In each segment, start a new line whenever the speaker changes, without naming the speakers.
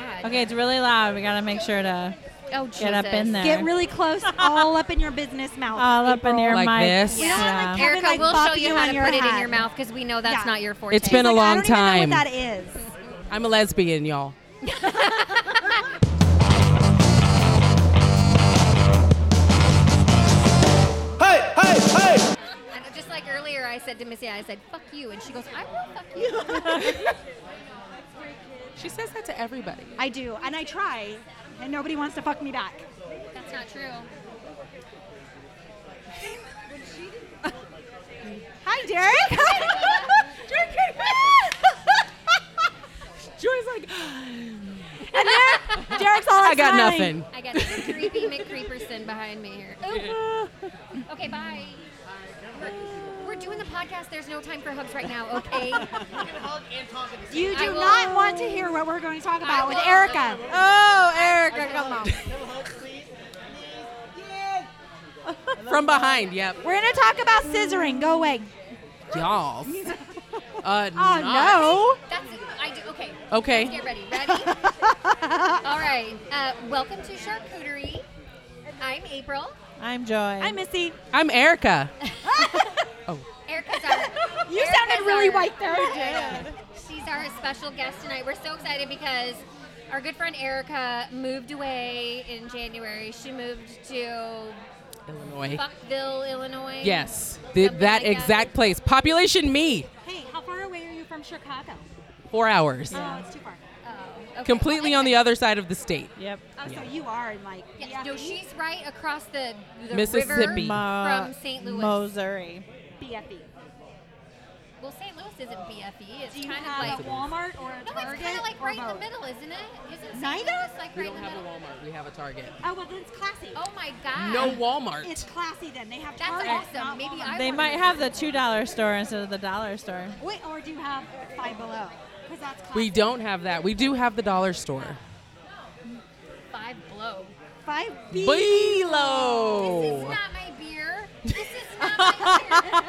Okay, it's really loud. We gotta make sure to
Oh,
get up in there.
Get really close, all up in your business mouth.
all up in
April.
your
Like
mic.
this?
We don't
Yeah.
like have
Erica,
it, like,
we'll show
bop
you
you
how
in
to
your
put it in
head.
your mouth because we know that's
Yeah.
not your forte.
It's been a
Like,
long
I don't
time.
Even know what that is.
I'm a lesbian, y'all.
Hey, hey, hey!
And just like earlier, I said to Missy, I said "fuck you," and she goes, "I will fuck you."
She says that to everybody.
I do, and I try, and nobody wants to fuck me back.
that's not true.
Hi, Derek. Derek came back.
Joy's like,
and Derek, Derek's all
I
like
got
smiling.
nothing.
I got this creepy McCreeperson behind me here. Ooh. okay, bye. We're, we're doing the podcast. There's no time for hugs right now. Okay.
You
I
do
will-
not want to hear what we're going to talk about with
will.
Erica. Oh, Erica, come on.
From behind, yep.
We're going to talk about scissoring. Go away.
Y'all. Uh,
Oh, no.
That's I do. Okay.
Okay.
Let's get ready. Ready? All right. Uh, welcome to Charcuterie. I'm April.
I'm Joy.
Hi, Missy.
I'm Erica. oh,
Erica's our.
You
Erica's
sounded really
our-
white there.
She's our special guest tonight. We're so excited because our good friend Erica moved away in January. She moved to
Illinois.
Buckville, Illinois.
Yes. Th-
Something
that
like
exact place. Population me.
Hey, how far away are you from Chicago?
Four hours.
Oh, it's too far.
Oh, okay.
Completely on the other side of the state.
Yep.
Oh, so you are in like. E?
Yeah,
yeah,
no, she's right across the, the
Mississippi.
river
Ma-
from St. Louis.
Missouri.
BFE.
Well, St. Louis isn't BFE. It's
E. Do you
kind of
have
like
a Walmart or a
no,
Target?
it's kind of like
or
right in the
both?
middle, isn't it? Isn't St.
Neither?
Louis like
We
right in
don't
the
have a
middle?
Walmart. We have a Target.
Oh, well, then it's classy.
Oh my God!
No
It's
Walmart.
classy then. They have
That's
Target.
awesome.
not
Maybe
Walmart.
I
They
wanna
might
go
have
to
the two dollar store instead of the dollar store.
Wait, or do you have Five Below? Because that's classy.
We don't have that. We do have the dollar store.
Five Below.
Five B.
This is
Below.
not my beer. This is not my beer.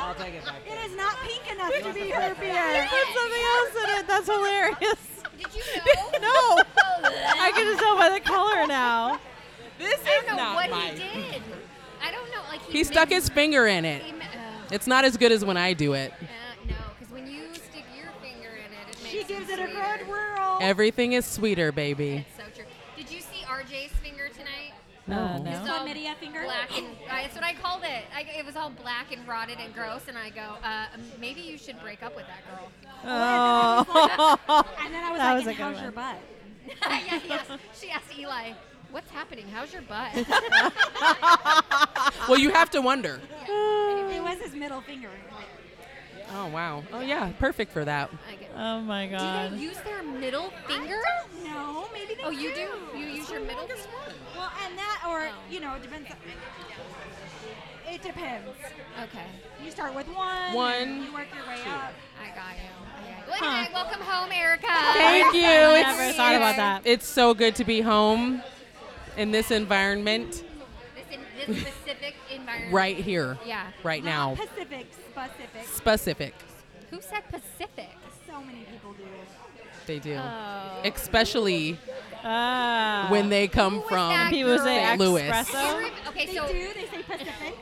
I'll take it back.
It is not pink enough to be her beer.
Put something else in it. That's hilarious.
Did you know?
No.
Oh, bleh.
I can just tell by the color now.
This is
I don't know
not
what
my-
he did. I don't know. Like he,
He stuck his
mixed-
finger in it.
he mi- uh,
It's not as good as when I do it.
uh, no, because when you stick your finger in it, it makes
She gives it a
sweeter.
good whirl.
Everything is sweeter, baby.
It's so true. Did you see RJ's finger tonight?
Uh,
No.
no.
So
chlamydia finger?
Black and I, that's what I called it. I, it was all black and rotted and gross, and I go, uh, maybe you should break up with that girl.
Oh.
and then I was
That
like,
was a
and
good
how's
one.
your butt?
yeah, he asked, she asked Eli, "What's happening? How's your butt?"
Well, you have to wonder.
It was his middle finger.
Oh, wow. Oh, yeah. Perfect for that.
I go,
Oh my
Do
god.
they use their middle finger?
No, maybe they
Oh, you do. You use your middle finger.
Well, and that, or,
Oh.
you know, it depends. on- It depends.
Okay,
You start with one.
One,
and You work your way up.
I got you. Okay. Well, anyway, welcome home, Erica.
Thank you.
Never
It's-
thought about
it's-
that.
It's so good to be home in this environment
This, in, this specific environment.
right here.
Yeah.
Right now.
Pacific, specific.
Specific.
Who said Pacific?
So many people do.
They do.
Oh.
Especially
Ah.
when they come
was
from
that
people say
St. Louis.
espresso.
Every- Okay,
They
so
do. They say Pacific.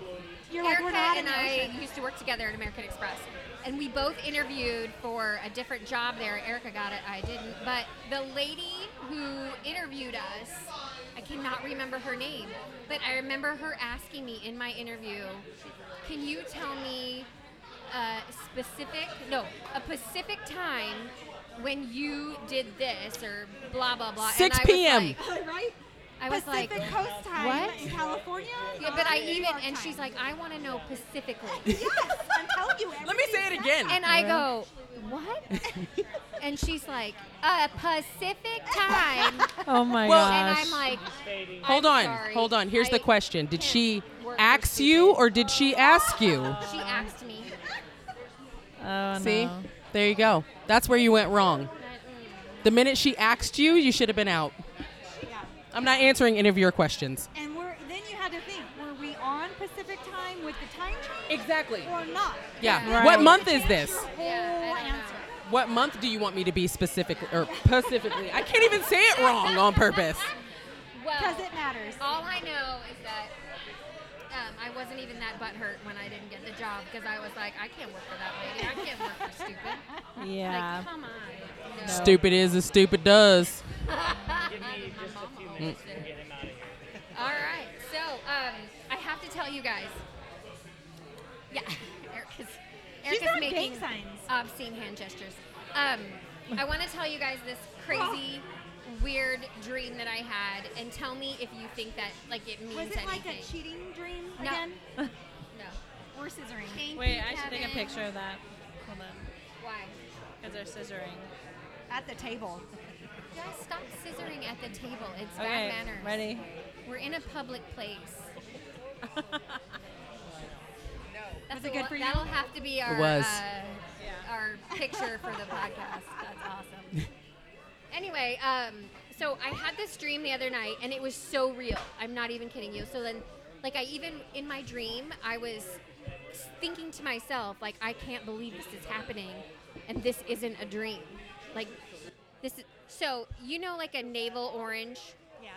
You're like,
Erica
we're not
and
in the
I
ocean.
used to work together at American Express, and we both interviewed for a different job there. Erica got it, I didn't. But the lady who interviewed us, I cannot remember her name, but I remember her asking me in my interview, "Can you tell me a specific, no, a Pacific time when you did this or blah blah blah?"
6
and I was
p.m..
like-
right?
I was like,
Pacific Coast time
what?
in California.
Yeah, but I
New
even
York
and
time.
she's like, I want to know specifically.
yes, I'm telling you.
Let me say it again.
And I go, what? and she's like, uh, Pacific time.
Oh my
Well-
gosh.
and I'm like,
Hold
I'm
on.
sorry.
Hold on. Here's
I
the question Did she
can't work
ax
with
you or did she ask you?
She asked me.
oh,
See?
no.
There you go. That's where you went wrong. The minute she axed you, you should have been out.
Yeah.
I'm not answering any of your questions.
And we're then you had to think: Were we on Pacific time with the time change
Exactly.
or not?
Yeah.
Yeah.
What
Right.
month is
That's
this?
Your whole
Yeah, I don't know.
answer.
What month do you want me to be specifically or specifically? I can't even say it wrong on purpose.
Well,
Because it matters.
all I know is that um, I wasn't even that butthurt when I didn't get the job because I was like, I can't work for that lady. I can't work for stupid.
Yeah.
Like, come on. No.
Stupid is as stupid does.
Mm. All right. So um, I have to tell you guys. Yeah, Erica's, Erica's
doing gang
making
signs.
obscene hand gestures. Um, I want to tell you guys this crazy, weird dream that I had, and tell me if you think that like it means
Was it
anything.
like a cheating dream
No.
again?
no.
Or scissoring?
Thank
Wait,
you,
I should take a
Kevin.
picture of that. Hold on.
Why?
Because they're scissoring.
At the table.
Guys, stop scissoring at the table. It's
Okay.
bad manners.
Ready?
We're in a public place. That's
Was it good
a-
for you?
That'll have to be our
was.
Uh, our picture for the podcast. That's awesome. anyway, um, so I had this dream the other night, and it was so real. I'm not even kidding you. So then, like, I even in my dream, I was thinking to myself, like, I can't believe this is happening, and this isn't a dream. Like, this is so you know, like a navel orange
Yes.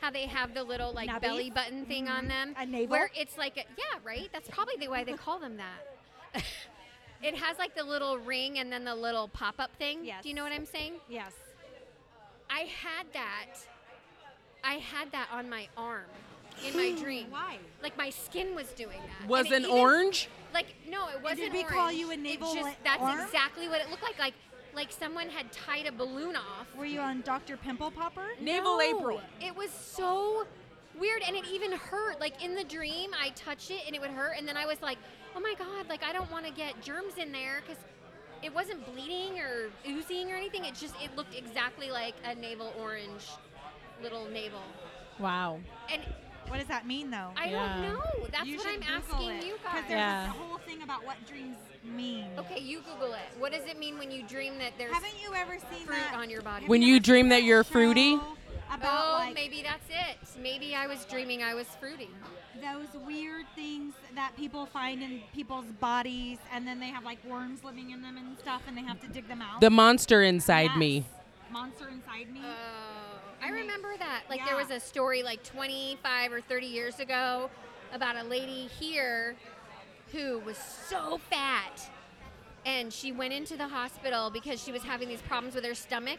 how they have the little like
Nubbies? Mm-hmm.
belly button thing on them.
A navel?
Where it's like, a, yeah, right. That's probably the why they call them that. it has like the little ring and then the little pop up thing.
Yes.
Do you know what I'm saying?
Yes.
I had that. I had that on my arm in my dream.
Why?
Like my skin was doing that. And
Was
it
an
even-
orange?
Like no, it wasn't.
we call
orange.
you a
It
navel
just-
la-
That's
arm?
exactly what it looked like. Like like someone had tied a balloon off.
Were you on Dr. Pimple Popper?
Naval April.
It was so weird, and it even hurt. Like in the dream, I touched it and it would hurt, and then I was like, "Oh my god!" Like I don't want to get germs in there because it wasn't bleeding or oozing or anything. It just it looked exactly like a navel orange, little navel,
Wow.
and
What does that mean, though?
I
Yeah.
don't know. That's
You
what
should
I'm
Google
asking
it,
you
'cause
guys.
there's
Yeah.
a whole thing about what dreams mean.
Okay, you Google it. What does it mean when you dream that there's
Haven't you ever seen
fruit
that?
on your body?
Have
When
ever
you
seen
dream that you're
show
fruity?
About
Oh,
like
maybe that's it. Maybe I was dreaming I was fruity.
those weird things that people find in people's bodies, and then they have like worms living in them and stuff, and they have to dig them out.
The monster inside
Yes.
me.
Monster inside me.
Oh, I remember that. Like there
Yeah.
was a story like 25 or 30 years ago about a lady here who was so fat and she went into the hospital because she was having these problems with her stomach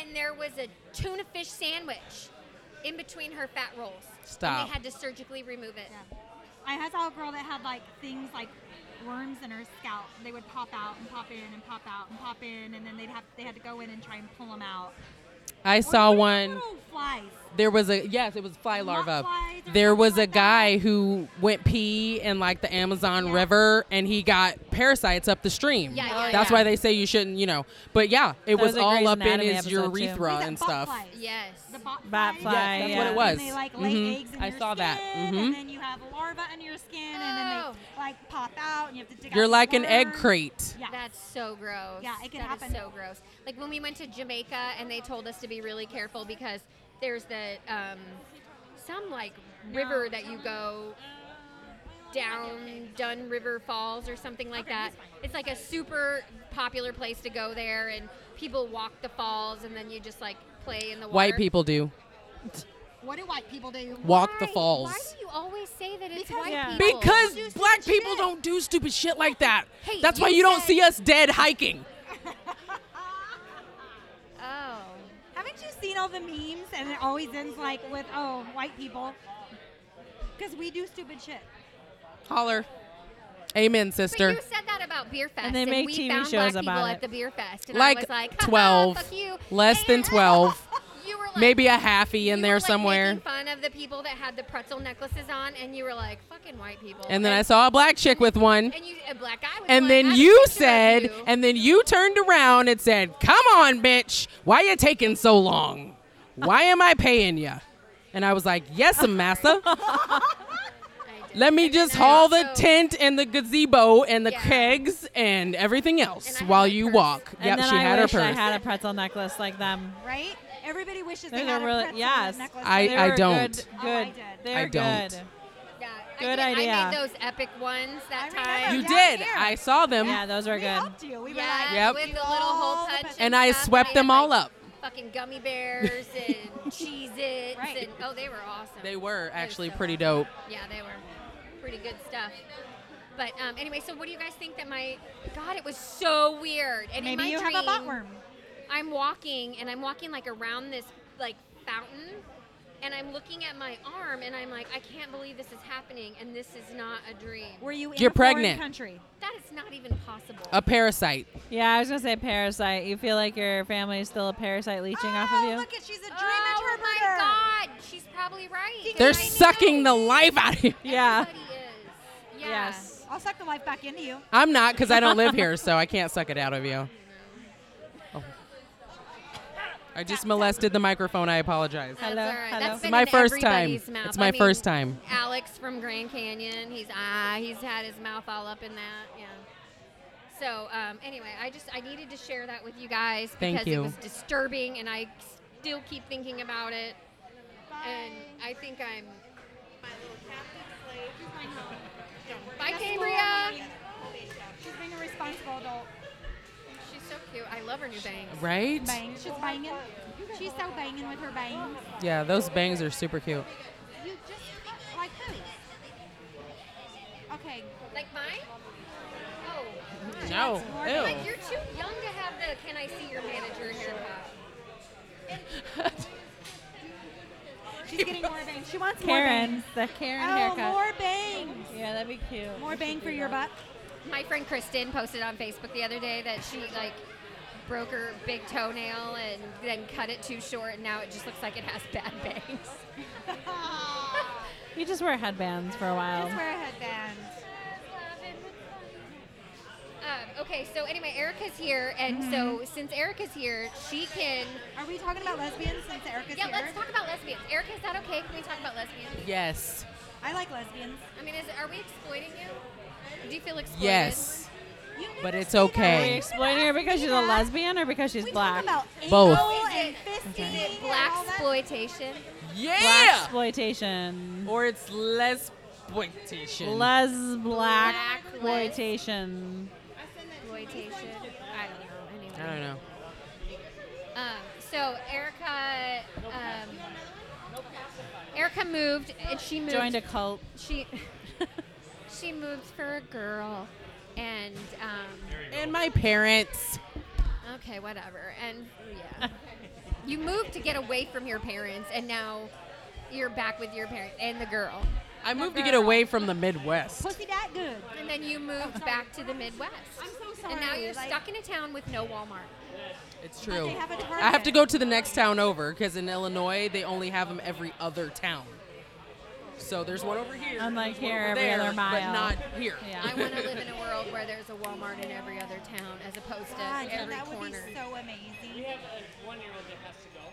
and there was a tuna fish sandwich in between her fat rolls. And
Stop.
they had to surgically remove it.
Yeah. I saw a girl that had like things like worms in her scalp. They would pop out and pop in and pop out and pop in, and then they'd have they had to go in and try and pull them out.
I
Or
saw
those
one.
Little flies.
There was a yes, it was fly
Moth
larva.
flies or
There
something
was a
like that.
guy who went pee in like the Amazon River and he got parasites up the stream.
Yeah, yeah,
That's
yeah.
why they say you shouldn't, you know. But yeah, it
That
was,
was a
all
Grey's
up in
Anatomy
his
episode, too.
urethra
What is
and
that, bot
stuff.
flies?
Yes.
The bot,
Bat
flies?
fly, Yes, that's yeah. what it
was.
And they like lay
Mhm.
eggs in
I
your
saw that.
skin,
Mhm.
And then you have larvae in your skin, and then
Oh.
they like pop out, and you have to dig. out
You're
the
like an egg
worm.
crate.
Yeah.
That's so gross.
Yeah, it can
That is
happen.
so gross. Like when we went to Jamaica and they told us to be really careful because there's the um, some like river that you go down Dun River Falls or something like that. It's like a super popular place to go there and people walk the falls and then you just like play in the water.
White people do.
What do white people do?
Walk the
Why-
falls.
Why do you always say that it's
Because-
white
Yeah.
people?
Because
Do stupid
black people
shit.
don't do stupid shit like that.
Hey,
That's why
you
you don't
said-
see us dead hiking.
oh.
Haven't you seen all the memes? And it always ends like with oh, white people, because we do stupid shit.
Holler. Amen,
But
sister.
you said that about beer fest,
And they make
we
TV
found
shows
black people
about
at
it.
the beer fest, and I
Like
was like "Haha,
12.
fuck you."
Less than
And
12.
You were like,
Maybe a halfie
you
in
were,
there
like,
somewhere.
Making fun of the people that had the pretzel necklaces on, and you were like, "Fucking white people."
And then I saw a black chick with one.
and you, a black guy. With
And
one. I
then
have a
you
picture of
said,
you.
and then you turned around and said, "Come on, bitch, why you taking so long? Why am I paying you?" And I was like, "Yes, massa.
I did.
Let me
And then
just
I
haul the
also-
tent and the gazebo and the
Yeah.
kegs and everything
And
else
I had
while
my
you
purse.
walk."
And
Yep,
then
she
I
had her
wish I
purse.
had a pretzel necklace like them.
Right? Everybody wishes
Those
they had
are
a
really-
pretzel
yes.
necklace.
I-
They
like
were good-
that.
don't.
Good.
Oh, I did.
They're
I don't.
good.
Yeah,
Good
I did, I
idea.
made those epic ones that
I remember.
time.
You
down
did.
here.
I saw them.
Yeah, those are
we
good.
helped you. We
yeah,
were like,
Yep.
with the
do
little
all
hole
the
touch.
pictures.
And I
stuff.
swept
had,
them all
like,
up.
Fucking gummy bears and Cheez Its.
Right.
And, oh, they were awesome.
They were
They
actually
so
pretty
awesome.
dope.
Yeah, they were pretty good stuff. But um, anyway, so what do you guys think that my God? It was so weird. And in
Maybe
my
you
dream,
have a buttworm.
I'm walking and I'm walking like around this like fountain and I'm looking at my arm and I'm like, I can't believe this is happening and this is not a dream.
Were you in
You're
a foreign
pregnant.
country?
That is not even possible.
A parasite.
Yeah, I was gonna say parasite. You feel like your family is still a parasite leeching off
Oh,
of you.
look at she's a dream
oh
interpreter.
my God, she's probably right.
Think
They're
I knew.
sucking the life out of you.
yeah.
Everybody is. Yeah.
Yes.
I'll suck the life back into you.
I'm not because I don't live here, so I can't suck it out of you. Oh. I just molested the microphone. I apologize.
That's
Hello,
all right.
hello.
That's
It's
been
my
in
first time.
everybody's Mouth.
It's
I
my
mean,
first time.
Alex from Grand Canyon. He's ah, he's had his mouth all up in that. Yeah. So um, anyway, I just I needed to share that with you guys because
Thank you.
it was disturbing, and I still keep thinking about it. And I think I'm. Bye,
That's
Cambria.
Laura. She's being a responsible adult.
She's so cute. I love her new bangs.
Right?
Bang. She's banging. She's so banging with her bangs.
Yeah, those bangs are super cute.
You just like who? Okay.
Like mine? Oh. God.
No.
Like,
Ew.
you're too young to have the can I see your manager haircut.
She's getting more bangs. She wants
Karen,
more
the Karen
bangs.
haircut.
Oh, more bangs.
Yeah, that'd be cute.
More bang for your buck.
My friend Kristen posted on Facebook the other day that she like broke her big toenail and then cut it too short, and now it just looks like it has bad bangs.
You just wear headbands for a while.
Just wear a headband.
Um, okay, so anyway, Erica's here, and
Mm-hmm.
so since Erica's here, she can.
Are we talking about lesbians since Erica's
Yeah,
here?
let's talk about lesbians. Erica, is that okay? Can we talk about lesbians?
Yes.
I like lesbians.
I mean, is are we exploiting you? Do you feel exploited?
Yes.
You
But
never
it's
say that.
Are we
okay.
explaining her because she's a lesbian or because she's
We
black?
talk about
Both.
anal
Is
and
it- Is
fisting
it
and
black
all that.
exploitation?
black
Yeah.
exploitation.
Or it's lesbian.
Les black
Black
exploitation.
Exploitation. I don't know. Anyway.
I don't know.
Um, so Erica, um, Erica moved, and she moved.
Joined a cult.
she she moved for a girl, and um,
And my parents.
okay, whatever. And yeah, you moved to get away from your parents, and now you're back with your parents and the girl.
I moved to get away from the Midwest.
Pussy that good.
And then you moved back to the Midwest.
I'm so
And now
sorry,
you're
like-
stuck in a town with no Walmart.
It's true.
they have a Target.
I have to go to the next town over because in Illinois they only have them every other town. So there's one over here.
Unlike
there's one
here,
over
every
there,
other
But
mile.
not here.
Yeah.
I want to live in a world where there's a Walmart in every other town, as opposed to
God, yeah,
every
that would
corner.
be so amazing.
We have a one-year-old that has to go.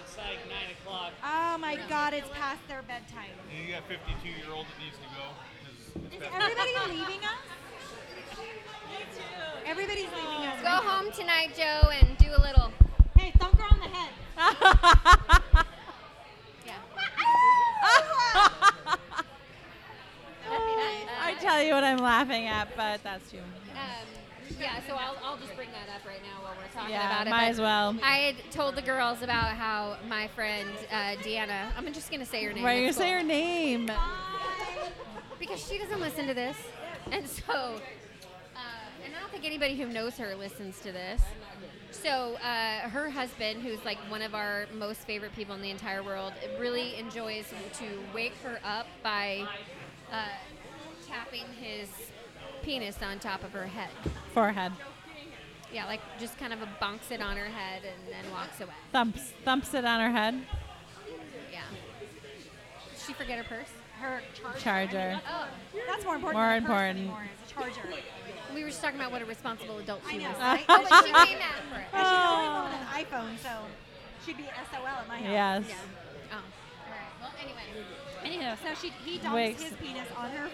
It's like nine o'clock.
Oh my God, it's past their bedtime.
And you got 52 year old that needs to go. 'cause it's
Is
bad.
everybody leaving us? Everybody's leaving us.
Go home tonight, Joe, and do a little. um,
Hey, thump her on the head.
Yeah.
I tell you what I'm laughing at, but that's too.
Um, yeah, so I'll, I'll just bring that up right now while we're talking
Yeah,
about it.
might
but
as well.
I had told the girls about how my friend uh, Deanna, I'm just going to say her name.
Why you
it's
say
cool.
her name?
Because she doesn't listen to this. And so, uh, and I don't think anybody who knows her listens to this. So, uh, her husband, who's like one of our most favorite people in the entire world, really enjoys to wake her up by uh, tapping his penis on top of her head.
Forehead.
Yeah, like just kind of bonks it on her head and then walks away.
Thumps thumps it on her head.
Yeah. Did she forget her purse?
Her charger.
Charger.
Oh,
That's more important.
More
than a purse
important.
anymore, is a charger.
we were just talking about what a responsible adult
I
she
know. Oh,
was.
Right?
Oh,
But
she
she's,
came out for it.
and she's only on an iPhone, so she'd be SOL at my house.
Yes.
Yeah. Oh. All right. Well, anyway.
Anyhow, so she he dumps
Wigs.
his penis on her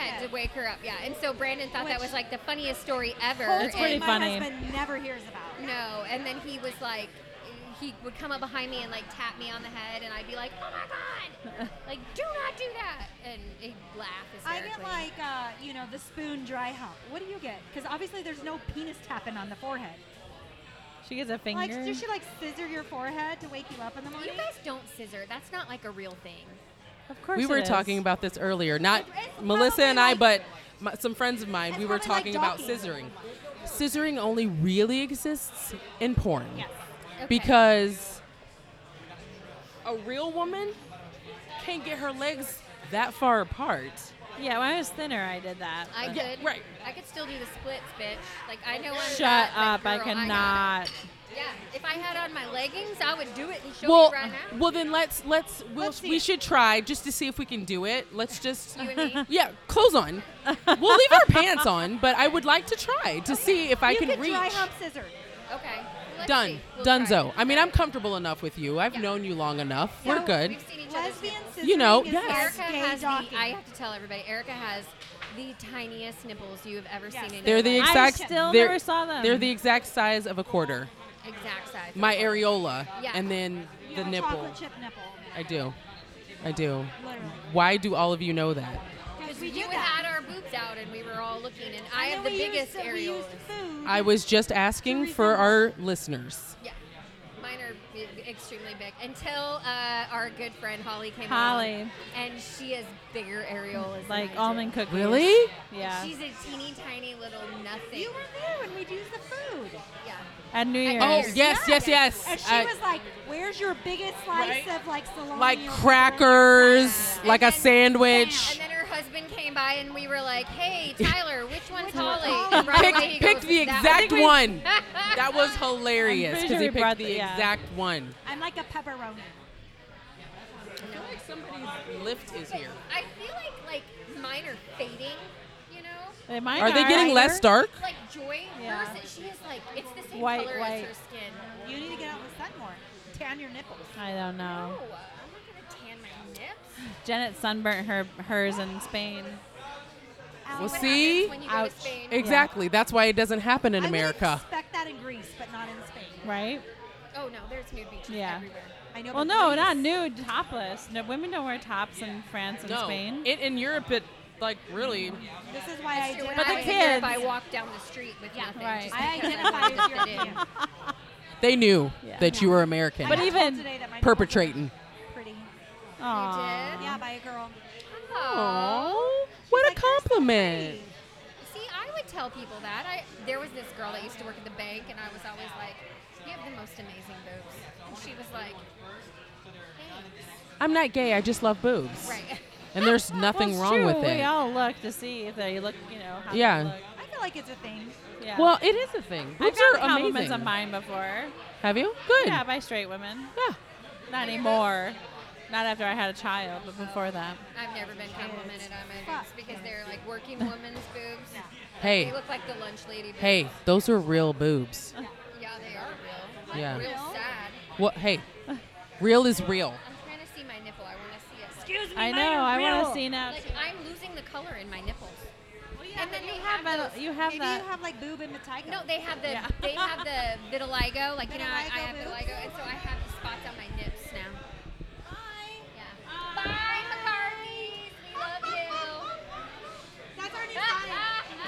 head to wake her up. Yeah, and so Brandon thought that
Which-
was like the funniest story ever.
That's pretty
and
my
funny.
husband never hears about.
no, and then he was like, he would come up behind me and like tap me on the head, and I'd be like, "Oh my god!" like, "Do not do that!" And he'd laugh.
I get
hysterically.
like, uh, you know, the spoon dry hump. What do you get? Because obviously there's no penis tapping on the forehead.
She gets a finger.
Like, does she like scissor your forehead to wake you up in the morning?
you guys don't scissor. That's not like a real thing.
of course
we
it
were
is.
talking about this earlier. Not
It's
Melissa
probably
and I,
like-
but my, some friends of mine.
It's
We were
probably
talking
like
about
docking.
scissoring. Scissoring only really exists in porn
Yes.
Okay.
because a real woman can't get her legs that far apart.
Yeah, when I was thinner, I did that.
I
but-
Yeah,
could,
right.
I could still do the splits, bitch. Like I know I'm.
Shut
fat,
up!
but
I
girl, got it.
cannot.
yeah, if I had on my leggings, I would do it and show
well,
you right now.
well, then let's let's we'll,
Let's see
we
it.
should try just to see if we can do it. Let's just
you and me.
yeah, clothes on. We'll leave our pants on, but I would like to try to see if I
you
can, reach.
dry hump scissor.
Okay. Let's
Done.
see. We'll try
Dunzo.
it.
I mean, I'm comfortable enough with you. I've
Yeah.
known you long enough.
Yeah,
We're good.
We've seen each other's
Lesbian
nipples.
scissoring
You know,
is
yes.
like
Erica
gay
has
docking.
the, I have to tell everybody, Erica has the tiniest nipples you have ever
Yes.
seen in
They're
your
the
life.
exact.
still
they're,
never saw them.
They're the exact size of a quarter.
exact size.
My areola,
Yeah.
and then
You
the
have a
nipple.
chocolate chip nipple,
I do. I do.
literally.
Why do all of you know that?
Because we do
you
that.
had our boobs out and we were all looking, and I
And
have the
then we
biggest
used, We
areolas.
used food.
I was just asking for our listeners.
Yeah. Mine are e- extremely big. Until uh, our good friend Holly came
Holly.
along, and she has bigger areolas. than I
Like
do.
almond cookies.
Really?
Yeah.
She's a teeny tiny little nothing.
You were there when we used the food.
yeah.
At New
I-
Year's.
Oh
Yes.
yes, yes, yes.
And she
I-
was like, "Where's your biggest slice
Right?
of like salami?"
like
or whatever?"
crackers,
And
like a
then-
sandwich.
And then her husband came by, and we were like, "Hey, Tyler, which one's Holly?"
Holly?
And right
Pick,
away he
pick
goes,
the
"That
exact
one."
one. That was hilarious
pretty
because
sure
he
we brought
picked the
the- yeah.
exact one.
I'm like a pepperoni.
I feel like somebody's lift is
But
here.
I feel like like mine are fading, you know.
They might
Are they getting less dark?
Like Joy,
Yeah.
hers, she is like it's the same
White,
color as
white.
her skin.
You need to get out in the sun more. Tan your nipples.
I don't
Oh, I'm
know.
not gonna tan my nips.
Janet sunburnt her hers in Spain.
Ow.
Well,
What
See?
happens when you go to
Ouch.
Spain?
Exactly. That's why it doesn't happen in
I
America.
would expect that in Greece, but not in Spain.
Right?
Oh no, there's nude beaches
Yeah.
everywhere.
I know.
Well,
but
no,
Greece-
not nude, topless. No, women don't wear tops in France and
No,
Spain.
it in Europe. It like really.
This is why I
Sure,
did.
when
But
I
the
was in Europe,
kids-
I walked down the street with nothing.
right.
just
I
because
identify
wanted
as
to fit in.
European.
They knew
Yeah.
that you were American.
I got
But
told
even
today that my nipples are
perpetrating.
Pretty.
Aw.
You did?
Yeah, by a girl.
Aw.
Oh, what a compliment!
See, I would tell people that. I there was this girl that used to work at the bank, and I was always like, "You have the most amazing boobs," and she was like, "Thanks."
I'm not gay. I just love boobs.
Right.
And there's
Well,
nothing
it's
wrong
true.
with it.
We all look to see if they look, you know, how
Yeah.
they look.
I feel like it's a thing.
Yeah.
Well, it is a thing.
I've
Boobs
gotten
are
compliments
amazing.
on mine before.
Have you? Good.
Yeah, by straight women.
Yeah.
Not anymore. Not after I had a child, but before that.
I've never been complimented on my boobs because they're like working woman's boobs. They
Hey,
look like the lunch lady. Boobs.
hey, those are real boobs.
Yeah, they are real. Like,
Yeah.
Real sad.
What? Hey, real is real.
I'm trying to see my nipple. I want to see it.
Excuse me.
I know. I want to see now.
Like I'm losing the color in my nipples.
and
And
then
then they
Have
have
that-
those.
you have
maybe
that.
you have like boob and vitiligo.
No, they have the
Yeah.
they have the vitiligo. Like you know, I, I have
Vitiligo boobs?
vitiligo, and so I have the spots on my nips now.
Hi.
Yeah. Bye, McCarthy. We love you.
That's our new sign.
oh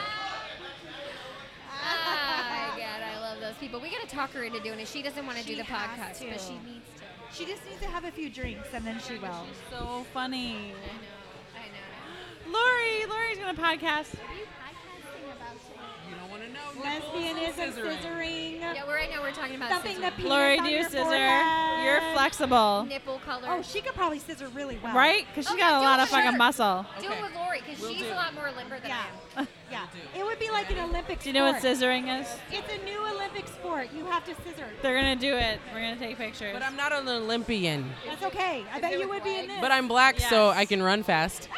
my god, I love those people. We gotta talk her into doing it. She doesn't want to do
She
the podcast,
has
but
to.
she needs to.
She just needs to have a few drinks and then she will.
so funny.
I know. I
Lori,
know.
Lori's gonna podcast.
You don't want to know.
Lesbianism, scissoring,
Yeah, we're right now we're talking about
thumping the
scissoring.
penis
Lori,
on
do you
your
scissor?
forehead.
You're flexible,
nipple color.
Oh, she could probably scissor really well.
right? Because she
Okay,
got a
do
lot
it
of
with her.
fucking muscle.
do
Okay.
it with Lori because
Will
she's
do.
a lot more limber than
Yeah.
I am.
Yeah. It would be like an Olympic
Do you know what
sport.
scissoring is?
It's a new Olympic sport. You have to scissor.
They're gonna do it. We're gonna take pictures.
But I'm not an Olympian.
That's okay. I bet you would be in this.
But I'm black, so
Yes.
I can run fast.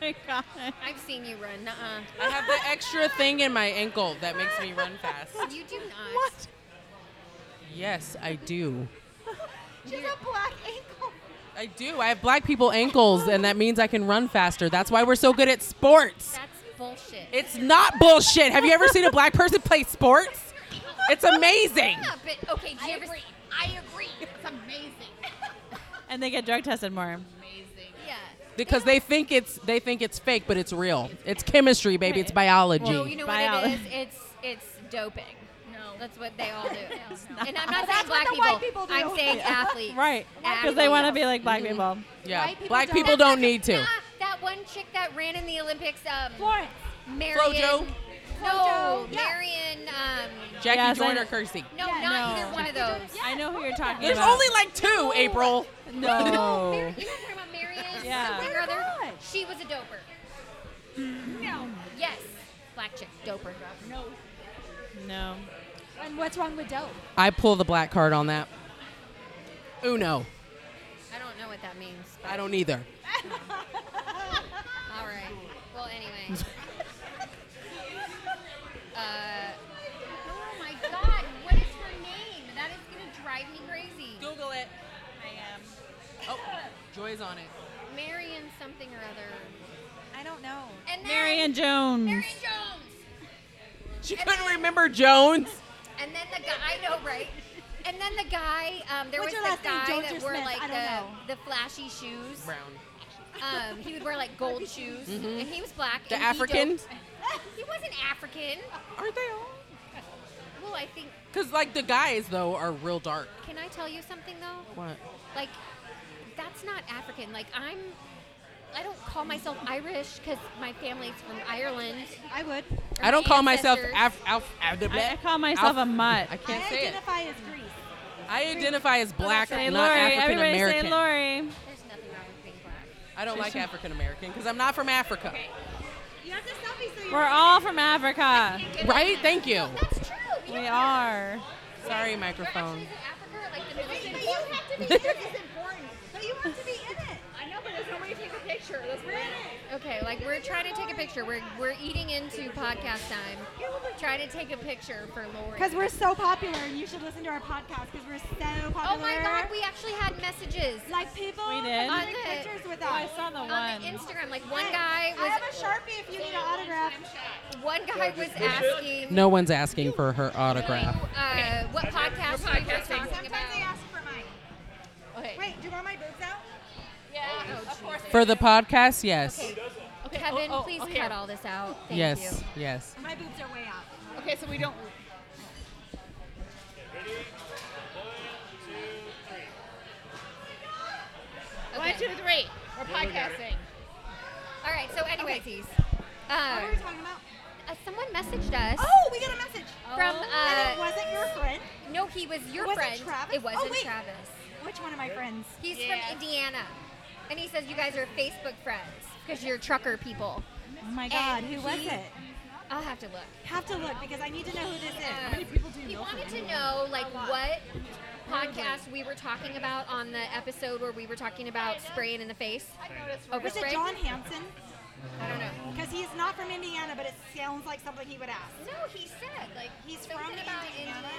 my God.
I've seen you run. Nuh-uh.
I have the extra thing in my ankle that makes me run fast.
You do not.
What?
Yes, I do.
She's a black ankle.
I do. I have black people ankles, and that means I can run faster. That's why we're so good at sports.
That's bullshit.
It's not bullshit. Have you ever seen a black person play sports? It's amazing.
yeah, but okay. Do you ever? I
they get drug tested more.
Yeah.
because they think it's they think it's fake, but it's real. It's chemistry, baby. It's biology.
No, you know what
Buyout.
it is? It's it's doping. No. That's what they all do. And I'm not saying
That's
black
what the
people.
white people do.
I'm saying athletes.
Right. Because
Athletes.
they want to be like black people.
yeah,
white people
black
don't-
people
That's
don't
like-
need to.
Nah, that one chick that ran in the Olympics, um,
Florence.
Marion.
Flojo?
No,
Flojo, yeah.
Marion. Um,
Jackie
Yes, I-
Joyner Kersey.
no,
Yeah,
not
no.
either one of those.
I know who you're talking
There's
about.
only like two. April.
no.
Mar- you know what I'm talking about Marion?
Yeah.
something
They're
or other?
not.
She was a doper.
No.
Yes. Black chick, doper. No.
No.
And what's wrong with dope?
I pull the black card on that. Uno.
I don't know what that means. but-
I don't either.
All right. Well, anyway. uh, oh my God! What is her name? That is gonna drive me crazy.
Google it. I am. Oh, Joy's on it.
Marion something or other.
I don't know.
And then
Marion Jones.
Marion Jones.
She couldn't remember Jones.
And then the guy, I know, right? And then the guy, um, there was
What's your
the
last name,
guy
Jones
that
or
wore
Smith?
like
I don't know.
the, the flashy shoes.
Brown.
Um, he would wear like gold shoes, and he was black.
Mm-hmm. The
and he
African?
doped- He, wasn't African.
Aren't they all?
Well, I think.
Because like the guys though are real dark.
Can I tell you something though?
What?
Like, that's not African. Like, I'm. I don't call myself Irish because my family's from Ireland.
I would.
I don't call myself
Ancestors.
Af- Af- Af-
I, I call myself a mutt.
I
I
can't say it.
identify as Greece.
I identify as black,
Say
not
Lori.
African
Everybody say
American.
Lori.
There's nothing wrong with being black.
I don't like African American because I'm not from Africa.
You have to stop me so you
We're all from Africa.
Right? Thank you.
That's true. You
We
know,
are.
Sorry,
we're actually
microphone.
in Africa, like the Middle
But
East.
you have to be this is important. But you have to be in it. I know, but there's nobody to take a picture. That's weird.
Okay, like we're trying to take a picture. We're we're eating into podcast time. Trying to take a picture for Lori.
Because we're so popular, and you should listen to our podcast because we're so popular.
oh my god, we actually had messages
like people
We
we
did.
did.
On
taking
the-
pictures with
Oh, I
us.
saw the
on the
one.
Instagram. Like one guy
I have a
was
sharpie if you need an autograph.
one guy was asking
No one's asking for her
uh,
autograph.
what podcast are you guys talking
Sometimes they
about?
ask for mine.
Okay.
Wait, do you want my boobs out?
Oh, geez.
For the podcast, yes.
Kevin, please cut all this out. Thank
Yes,
you.
yes.
My boobs are way out.
Okay, so we don't. One, two,
Okay.
three. We're podcasting.
All right. So, anyways, uh,
What were we talking about?
uh, someone messaged us
Oh, we got a message.
from
and
uh,
it wasn't your friend.
No, he was your
Was it
friend.
Travis?
It wasn't
Oh, wait.
Travis.
Which one of my friends?
He's
Yeah.
from Indiana. And he says you guys are Facebook friends because you're trucker people.
Oh my
God,
God,
who
who
he-
was it?
I'll have to look.
Have to look because I need to know who this
Uh,
is.
he wanted to know like what podcast we were talking about on the episode where we were talking about spraying in the face.
Was it
Overspray?
John Hanson?
I don't know.
Because he is not from Indiana, but it sounds like something he would ask.
No, he said like
He's
something
from
about
Indiana.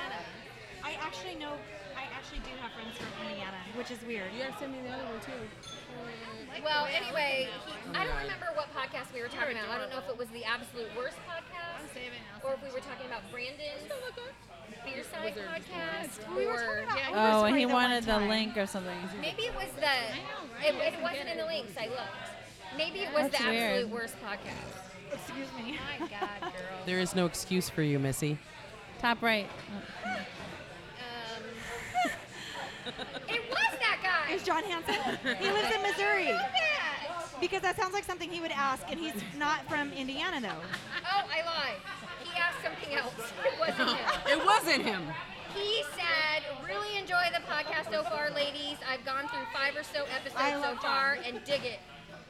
I actually know. I actually do have friends from Indiana, which is weird.
Indiana. Well, anyway, he, I don't remember what podcast we were talking about. I don't know if it was the absolute worst podcast or if we were talking about Brandon's Beerside podcast.
We were
or-
talking about
Oh, and
overspray
he
the one
wanted the
time.
link or something.
Maybe it was the. It, it wasn't in the links. I looked. Maybe it was
That's
the absolute
weird.
worst podcast.
Excuse me.
My God, girl.
There is no excuse for you, Missy.
Top right.
Um, it was that guy.
It was John Hanson. he lives in Missouri.
Yeah.
Because that sounds like something he would ask, and he's not from Indiana though.
Oh, I lied. He asked something else. It wasn't him.
It wasn't him.
He said, "Really enjoy the podcast so far, ladies. I've gone through five or so
I
episodes so
love
far, and dig it."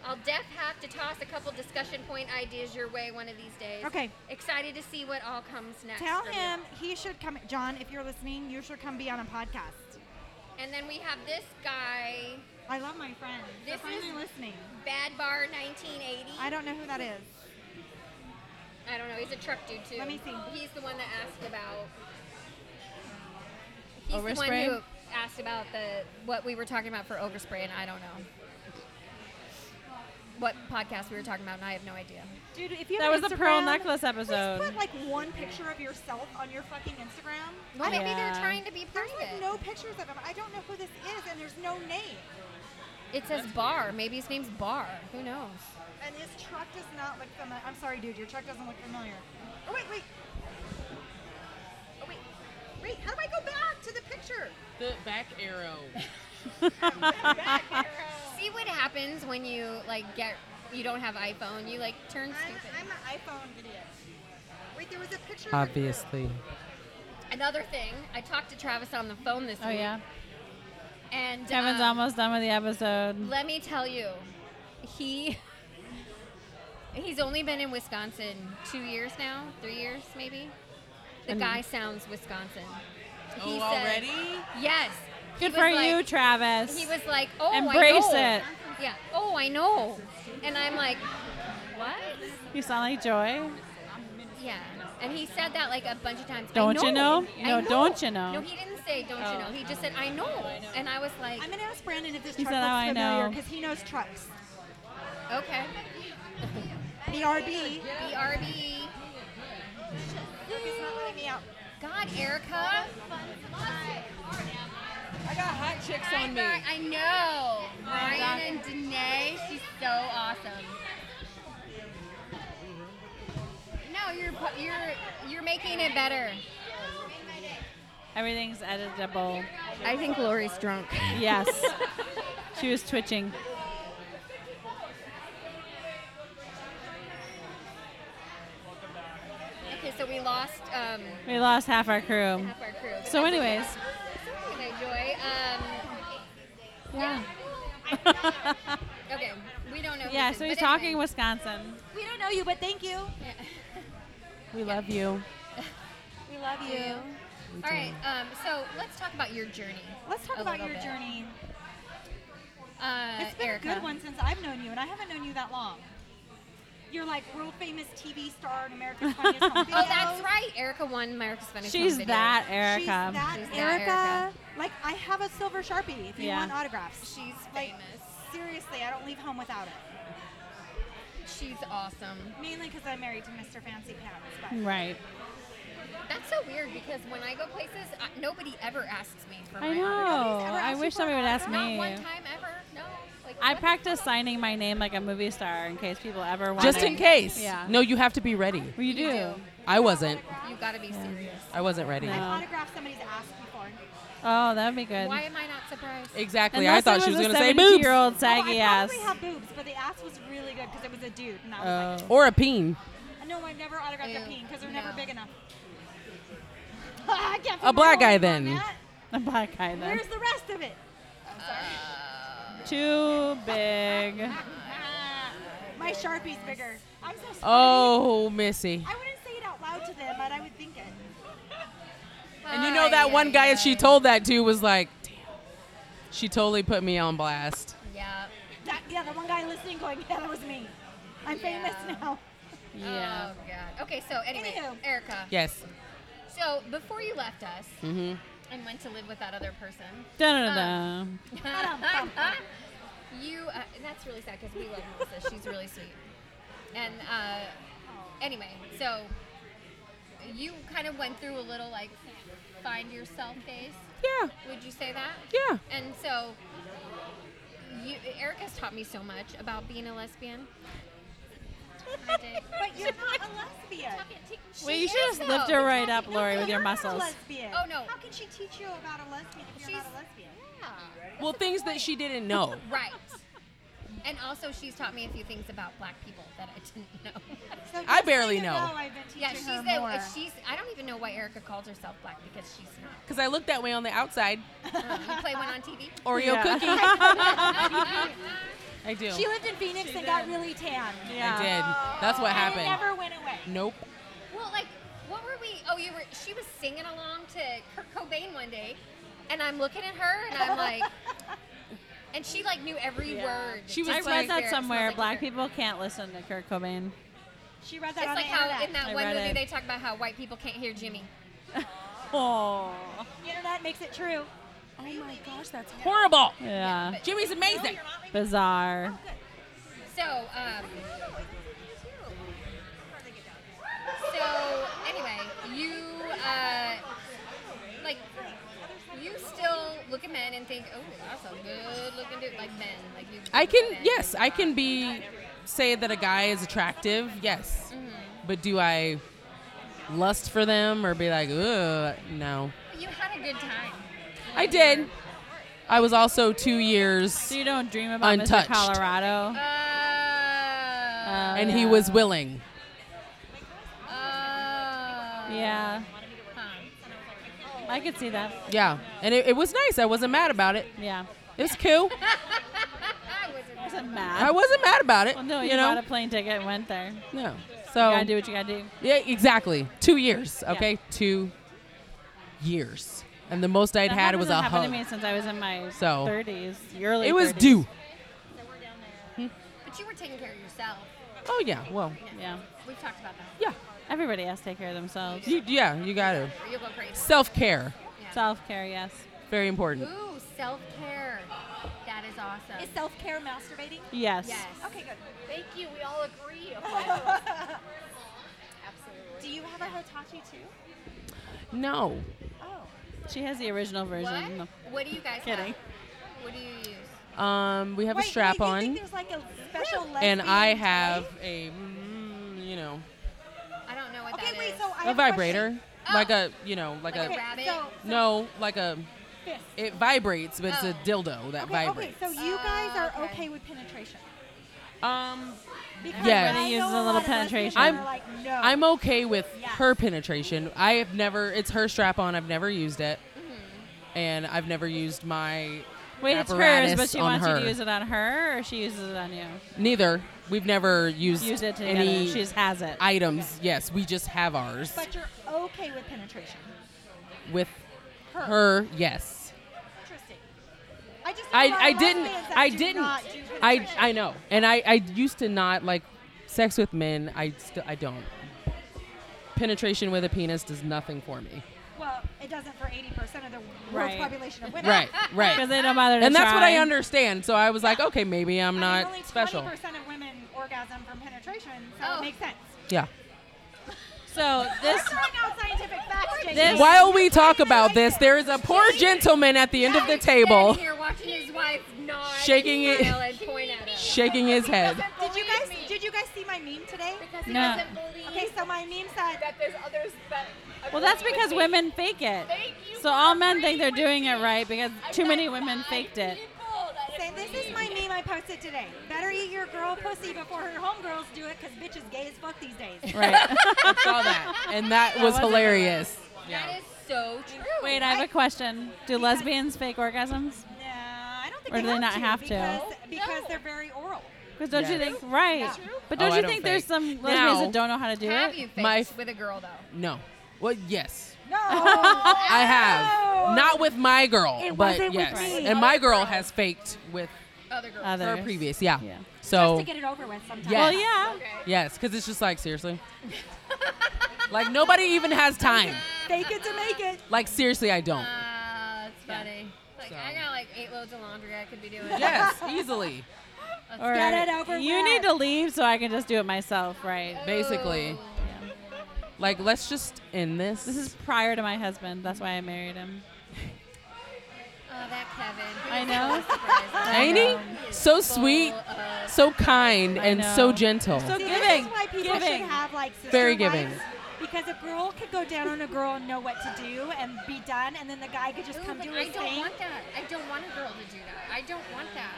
I'll def have to toss a couple discussion point ideas your way one of these days.
Okay.
Excited to see what all comes next.
Tell
from you.
him he should come. John, if you're listening, you should come be on a podcast.
And then we have this guy,
I love my friends. They're
This is-
finally listening.
Bad Bar 1980.
I don't know who that is.
I don't know. He's a truck dude too.
Let me see.
He's the one that asked about. He's the one
Overspray?
who asked about the what we were talking about for overspray, and I don't know what podcast we were talking about, and I have no idea.
Dude, if you
That was
have Instagram,
the pearl necklace
Just
episode.
put like one picture of yourself on your fucking Instagram.
Well, maybe
Yeah.
they're trying to be
There's like
private.
no pictures of him. I don't know who this is, and there's no name.
It says Bar. Maybe his name's Bar. Who knows?
And his truck does not look familiar. I'm sorry, dude. Your truck doesn't look familiar. Oh wait, wait. Oh wait, wait. How do I go back to the picture?
The back arrow.
See what happens when you like get you don't have iPhone. You like turn
I'm,
stupid.
I'm an iPhone idiot. Wait, there was a picture. of it here.
Obviously.
Another thing, I talked to Travis on the phone this
Oh
week.
yeah.
And
Kevin's
um,
almost done with the episode.
Let me tell you, he he's only been in Wisconsin two years now, three years maybe. The
And-
guy sounds Wisconsin.
Oh,
He said-
already?
yes. He
Good
was
for
like-
you, Travis.
He was like, "Oh,
Embrace
I know.
it.
Yeah. Oh, I know. And I'm like, "What?"
you sound like Joy.
Yeah. And he said that like a bunch of times. "I
Don't you know?
I
No, don't you know.
No, he didn't say don't
Oh.
you know. He just said I know. And I was like,
I'm gonna ask Brandon if this
He
truck
said, "Oh, I
looks familiar
know."
because he knows trucks.
"Okay,
BRB.
BRB."
Look, it's not letting me out.
God, Erica.
I got hot chicks
Hi,
on me.
Bri- I know. Brian and Danae, she's so awesome. No, you're pu- you're you're making it better.
Everything's editable.
I think Lori's drunk.
Yes. she was twitching.
Okay, so we lost um,
We lost half our crew.
half our crew. but
So,
that's okay.
anyways,
It's okay, Joy. Um,
yeah.
okay, we don't know.
yeah,
who's
so
in,
he's
but
talking
anyway.
Wisconsin.
We don't know you, but thank you.
We love you.
We love you.
All right, um, so let's talk about your journey.
Let's talk
a
about
little
your
bit.
journey.
Uh,
It's been
Erica.
a good one since I've known you, and I haven't known you that long. You're like world famous TV star and America's Funniest Home
Oh,
Videos.
that's right. Erica won America's Funniest
She's
Home Videos.
that Erica.
She's that
She's that
Erica.
Erica.
Like I have a silver sharpie. If you
Yeah.
want autographs,
She's
like
famous.
seriously, I don't leave home without it.
She's awesome.
Mainly because I'm married to Mr. Fancy Pants. But
Right.
That's so weird because when I go places, I, nobody ever asks me for my
I know.
autograph.
ever
I
asked you
wish
for an
somebody would ask
Not
me.
one time ever. No. Like,
I
what?
practice signing my name like a movie star in case people ever want
Just in case.
Yeah.
No, you have to be ready.
Well, you do.
I wasn't.
You gotta be serious.
I wasn't ready.
I've
No.
autographed somebody's ass before.
Oh, that would be good.
Why am I not surprised?
Exactly.
Unless
I thought
it
she was
was
gonna
a
say boobs.
year old
Oh, I
saggy
probably
ass.
have boobs, but the ass was really good because it was a dude, and I was
Oh.
Or a peen.
like, no, I've never autographed a
Ew.
peen because they're never
No.
big enough. I can't put
A
my
black
whole name
guy,
on
then.
that.
A black guy then.
Where's the rest of it?
Too big.
Ah, my sharpie's bigger. I'm so sorry.
Oh, Missy.
I wouldn't say it out loud to them, but I would think it.
And you know that one guy that she told that to was like, damn. She totally put me on blast.
Yeah.
That, yeah, the one guy listening going, yeah, that was me. I'm famous
Yeah.
now.
Yeah.
Oh god. Okay, so anyway,
Anywho.
Erica.
Yes.
So before you left us
Mm-hmm.
and went to live with that other person,
Dun dun dun.
you uh, and that's really sad because we love Melissa. She's really sweet. And uh, anyway, so you kind of went through a little like find yourself phase.
Yeah.
Would you say that?
Yeah.
And so you, Erica's taught me so much about being a lesbian. I did.
But you're not a lesbian.
Wait, you
She
should
is,
just lift
though.
her right up,
No,
Lori, with your
you're not
muscles.
A lesbian.
Oh, no.
How can she teach you about a lesbian if you're
She's-
not a lesbian?
Yeah.
Well, things that she didn't know.
Right. And also, she's taught me a few things about black people that I didn't know.
So
I
just
barely
so you
know.
I've been teaching
yeah, she's
her
the
more.
she's. I don't even know why Erica calls herself black because she's not.
Because I look that way on the outside.
you play one on TV.
Oreo
Yeah.
cookie. I do.
she lived in Phoenix and got really tan.
I did. That's what
And it
happened.
never went away.
Nope.
Well, like, what were we? Oh, you were. She was singing along to Kurt Cobain one day, and I'm looking at her, and I'm like, and she like knew every word.
She was
Just
I read
like
like-
there,
that
it smells
somewhere.
like
Black
dirt.
people can't listen to Kurt Cobain.
She read that
It's
on
like
the
how
internet.
in that
I
one
read
movie
it.
they talk about how white people can't hear Jimmy.
Oh.
the internet makes it true. Oh
Horrible.
Yeah.
Jimmy's amazing.
Bizarre.
So, um, so anyway, you uh, like you still look at men and think, oh, that's a good looking dude, like men, like you.
I can
men.
yes, I can be say that a guy is attractive, yes. But do I lust for them or be like, ugh, no.
But You had a good time.
I did. I was also two years
So you don't dream about
Untouched.
Mr. Colorado.
Uh,
Oh,
and he
yeah.
was willing.
uh,
Yeah. I could see that.
Yeah. And it, it was nice. I wasn't mad about it.
Yeah.
It was cool.
I was
Wasn't mad.
I wasn't mad about it.
well, no,
you,
you,
know? Oh.
got a plane ticket and went there. You
no. So
gotta do what you gotta do.
Yeah, exactly. Two years.
Yeah.
Okay, two years. And the most I'd
That
had was a
hasn't happened
hug.
to me since I was in my
So-
30s, early.
It was
30s.
due.
but you were taking care of yourself.
Oh yeah. Well,
Yeah.
We've talked about that.
yeah.
Everybody has to take care of themselves.
You, yeah, you gotta
Or you'll go crazy.
self care.
Self care, yes.
Very important.
Ooh, self care. That is awesome.
Is self care masturbating?
Yes.
yes.
Okay, good.
Thank you. We all agree. upon this. Absolutely.
Do you have a Hotachi too?
No,
Oh.
She has the original
What?
version.
What do you guys
Kidding.
have? What do you use?
um, we have a strap
wait, you
on,
Think there's like a special
and
lesbian
I
type?
have a, mm, you know,
I don't know what
Okay,
that
wait.
is.
So I have
a vibrator,
Oh.
like a, you know, like
Like
a,
a rabbit.
Okay, so
no, like a,
fist.
it vibrates, but it's a
Oh.
dildo that
Okay, okay,
vibrates.
so you guys
Oh,
are
okay.
okay with penetration.
Um,
Because
Yes.
I
Everybody
know
uses a
lot
little
of lesbians
penetration.
are
I'm-
like, no.
I'm okay with
Yes.
her penetration. I have never. It's her strap on. I've never used it, and I've never used my.
Mm-hmm. Wait, it's hers,
apparatus
but she
on
wants
her.
you to use it on her, or she uses it on you.
Neither. We've never used
Use it together.
any
she just has it.
items. Yes, we just have ours
But you're okay with penetration.
with
Her.
her. Yes.
Interesting. I just. know a
I,
lot
I
of
didn't
lesbians that
I
do
didn't
not do
I
penetration.
I know and I I used to not like sex with men I still I don't penetration with a penis does nothing for me
Well, it doesn't for 80% of the world's
Right.
population of women.
right
Because
right
they don't bother to
and that's what I
try.
understand so I was like okay maybe I'm
I mean,
not
only
special
20% of women orgasm from penetration, so
Oh.
it makes sense.
yeah
So this.
Throwing out scientific facts, JJ.
This-
while we talk about this there is a poor gentleman at the end of the table
Here watching his wife nod,
Shaking it-
smile, and point at him.
shaking his head
Did you guys? Did you guys see my meme today?
Because he
No.
doesn't believe
Okay, so my meme said,
that there's others that.
Well, that's
agree with
because
me.
women fake it.
Thank you
So
for
all men think they're
agreeing
doing
with
it
me.
right because
I've
too many
got
women
five
faked it.
people that
say, "This is
agree.
my meme I posted today. Better eat your girl pussy before her homegirls do it, 'cause bitches gay as fuck these days."
right I saw that and that was
wasn't-
hilarious
That is so true.
Wait, I have a question. Do lesbians fake orgasms?
No, I don't think
Or
they,
do they not have to?
because, because
No.
they're very oral.
Because don't you
Yes.
think right? But
Oh,
don't
I
you
don't
think there's
fake.
some lesbians
Now-
that don't know how to do
Have
it?
you
My
faced
f-
with a girl though?
no well yes
No,
I have. Not with my girl,
It
but
wasn't with
yes.
me.
And my girl has faked with
Other girl.
Others.
her previous. Yeah.
Yeah.
Just
So
to get it over with sometimes.
Yeah.
Well, yeah.
okay.
yes, because it's just like seriously, like nobody even has time.
Fake it to make it.
Like seriously, I don't.
Ah, it's funny. Like
So-
I got like eight loads of laundry I could be doing.
Yes, easily.
Or
Get it over
you
with.
need to leave so I can just do it myself, right?
Basically, like let's just end this.
This is prior to my husband. That's why I married him.
Oh, that Kevin.
I know.
Surprise.
ain't he so sweet, so kind,
I
and so
know.
gentle.
So
See,
giving.
This is why people
giving.
should have like sister
Very
wives,
giving.
Because a girl could go down on a girl and know what to do and be done, and then the guy could just
Ooh,
come
but
do
I
his
don't
thing.
want that. I don't want a girl to do that. I don't want that.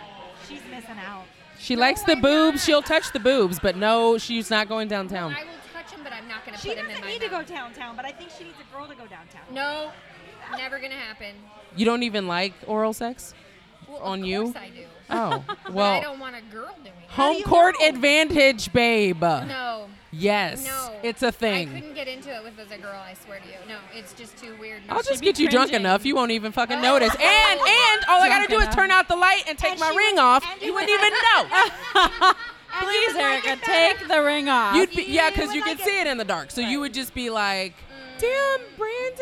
She's missing out.
she likes the
I'm
boobs.
not.
She'll touch the boobs, but no, she's not going downtown.
I will touch him, but I'm not gonna
She
put him in
doesn't
my
need to go
mouth.
downtown, but I think she needs a girl to go downtown.
No, never gonna happen.
You don't even like oral sex.
Well,
On
of
you?
course I do.
Oh
But I
well.
don't want a girl doing it.
Home
do you
court
know?
advantage, babe.
No.
Yes,
No.
it's a
I
thing.
couldn't get into it with as a girl, I swear to you. No, it's just too weird.
I'll just
be
get you drunk
cringing.
enough. You won't even fucking
Oh.
notice. And and all I gotta
Drunk
do is
enough.
turn out the light and take
And
my
she
ring
would-
off.
and
You
you
wouldn't
would-
even know.
Please, Erica, take the ring off.
You'd be yeah, because
would
you
like
could see it in the dark. So you would just be like, "Damn, Brandon,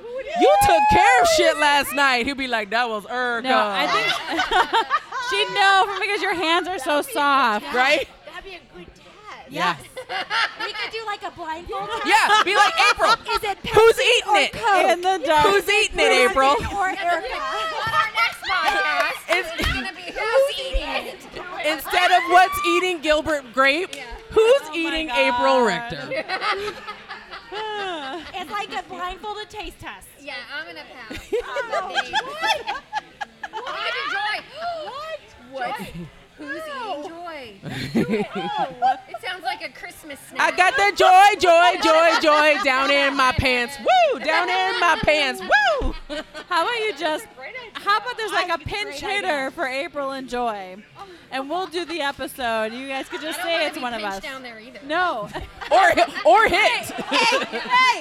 who it
you took care of shit last night." He'd be like, "That was Erica."
no, I think she'd know from because your hands are so soft.
right?
That'd be a good dad.
Yeah.
We could do like a blindfold test.
Yeah. Be like April.
Is it
Who's
Pepsi
eating
or
it?
Coke?
In the dark.
Who's eating it, April?
Or Erica.
What's eating Gilbert Grape? Who's eating
Oh God.
April Richter?
It's like a blindfolded taste test.
Yeah, I'm gonna pass. on the thing. I did joy. what? What? Who's eating joy? It sounds like a Christmas snack.
I got that joy, joy, joy, joy down in my pants. Woo! Down in my pants. Woo!
How about you just? How about there's like
I
a
think it's a
pinch
great
hitter for April and Joy, and we'll do the episode. You guys could
I
just
don't
say
wanna
it's
be
one of
pinched
us.
down there either.
No.
Or or hit.
hey,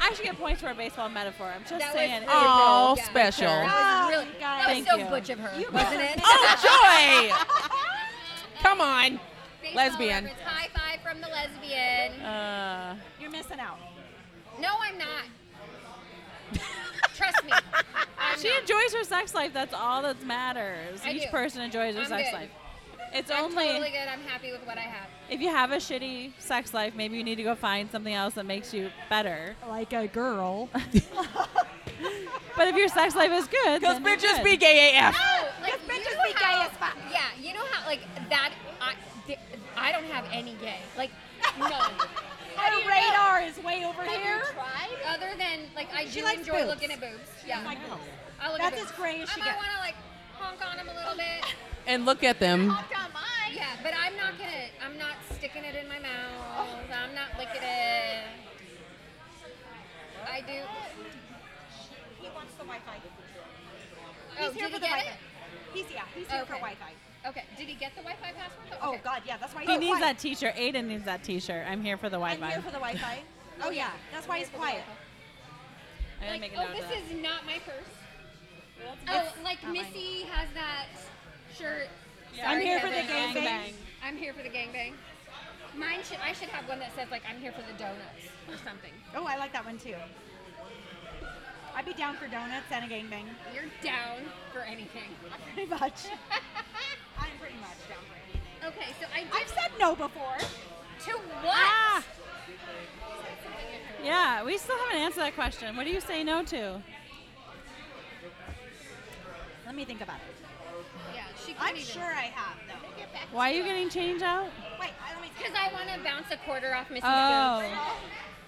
I should get points for a baseball metaphor. I'm just
That was
saying.
really
Oh,
good.
special.
That was really.
you
That
guys.
was
Thank
so
Ah, you.
butch of her, wasn't it?
Oh, joy! Come on.
Baseball
lesbian.
reference. High five from the lesbian.
Uh,
You're missing out.
No, I'm not. Trust me. I'm
she
not.
enjoys her sex life. That's all that matters.
I
Each
do.
person enjoys their
I'm
sex
good.
life. It's
I'm
only
totally good. I'm happy with what I have.
if you have a shitty sex life, maybe you need to go find something else that makes you better.
Like a girl.
But if your sex life is good,
Because
then you're
bitches
good.
be gay AF.
Oh, like
bitch
you
is
know
be gay
how-
as fuck.
Yeah, you know how like that. I, di- I don't have any gay. Like none.
Her radar is way over
Have
here.
you tried?
Other than like I
She
do
likes
enjoy
boobs.
looking at boobs. Yeah,
Like,
I look
That's
at boobs.
as gray as
I
she
might
gets.
want to like honk on them a little bit.
And look at them.
Hopped on mine.
Yeah, but I'm not gonna. I'm not sticking it in my mouth. I'm not licking it. I do.
He wants the Wi-Fi.
Oh,
He's here
did
for
he
the
get
Wi-Fi.
it?
He's yeah. He's here for
Okay.
Wi-Fi.
Okay. Did he get the Wi-Fi password? though?
Oh
Okay.
God, yeah. That's why he's
He needs
quiet.
that T-shirt. Aiden needs that T-shirt. I'm here for the
I'm
Wi-Fi.
here for the Wi-Fi. Oh yeah, that's why he's quiet.
I'm gonna
Like,
make a
oh,
note of
this
that.
is not my purse. Oh, like
not mine.
Missy has that shirt.
I'm
Sorry,
here for the
Kevin.
gangbang.
Gangbang.
I'm here for the gangbang. Mine should. I should have one that says like I'm here for the donuts or something.
Oh, I like that one too. I'd be down for donuts and a gangbang.
You're down for anything.
Pretty much. I'm pretty much down for anything.
Okay, so I
I've
did
said no before.
to what?
Yeah, we still haven't answered that question. What do you say no to?
Let me think about it.
Yeah, she couldn't
I'm
even.
sure I have though.
Get back
Why are you getting change out?
Wait, I- let me.
Because I want to bounce a quarter off Missy's
Oh,
boobs.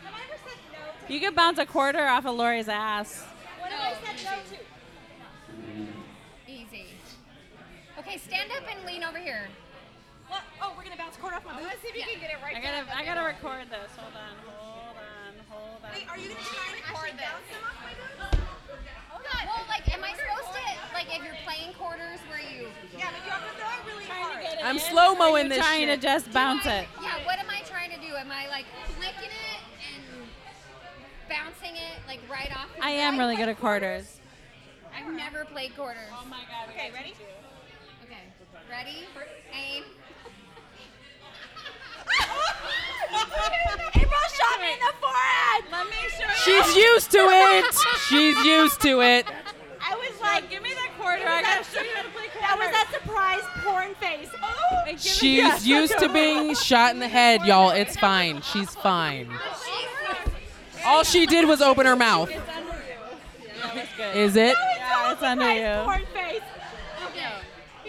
Have I ever said no to?
you could bounce a quarter off of Lori's ass.
What have I said no to?
Easy. Okay, stand up and lean over here.
What? Oh, we're gonna bounce a quarter off my
Let's
boots.
see if you can get it right.
I
down
gotta,
the
I
middle.
gotta record this. Hold on, hold on, hold on.
Wait, are you gonna try and
Record
actually
this.
bounce them off my boots?
Hold on.
Well, like, am I supposed to like if you're playing quarters, where you?
Yeah, but you have to throw it really hard.
I'm slow moing
You're
this
trying
shit.
to just bounce
I-
it.
Yeah. What am I trying to do? Am I like flicking it and bouncing it like right off?
I am really good at quarters.
I've never played quarters.
Okay, ready?
Okay. Ready? Aim.
April shot me in the forehead. Let me show
She's used to it. She's used to it.
I was like, give me that quarter.
I gotta show you how to play
That was that surprise porn face. Oh,
Hey, give it-
She's used to being shot in the head, y'all. It's fine. She's fine. All she did was open her mouth. Is it?
Yeah, it's under you.
porn face.
Okay.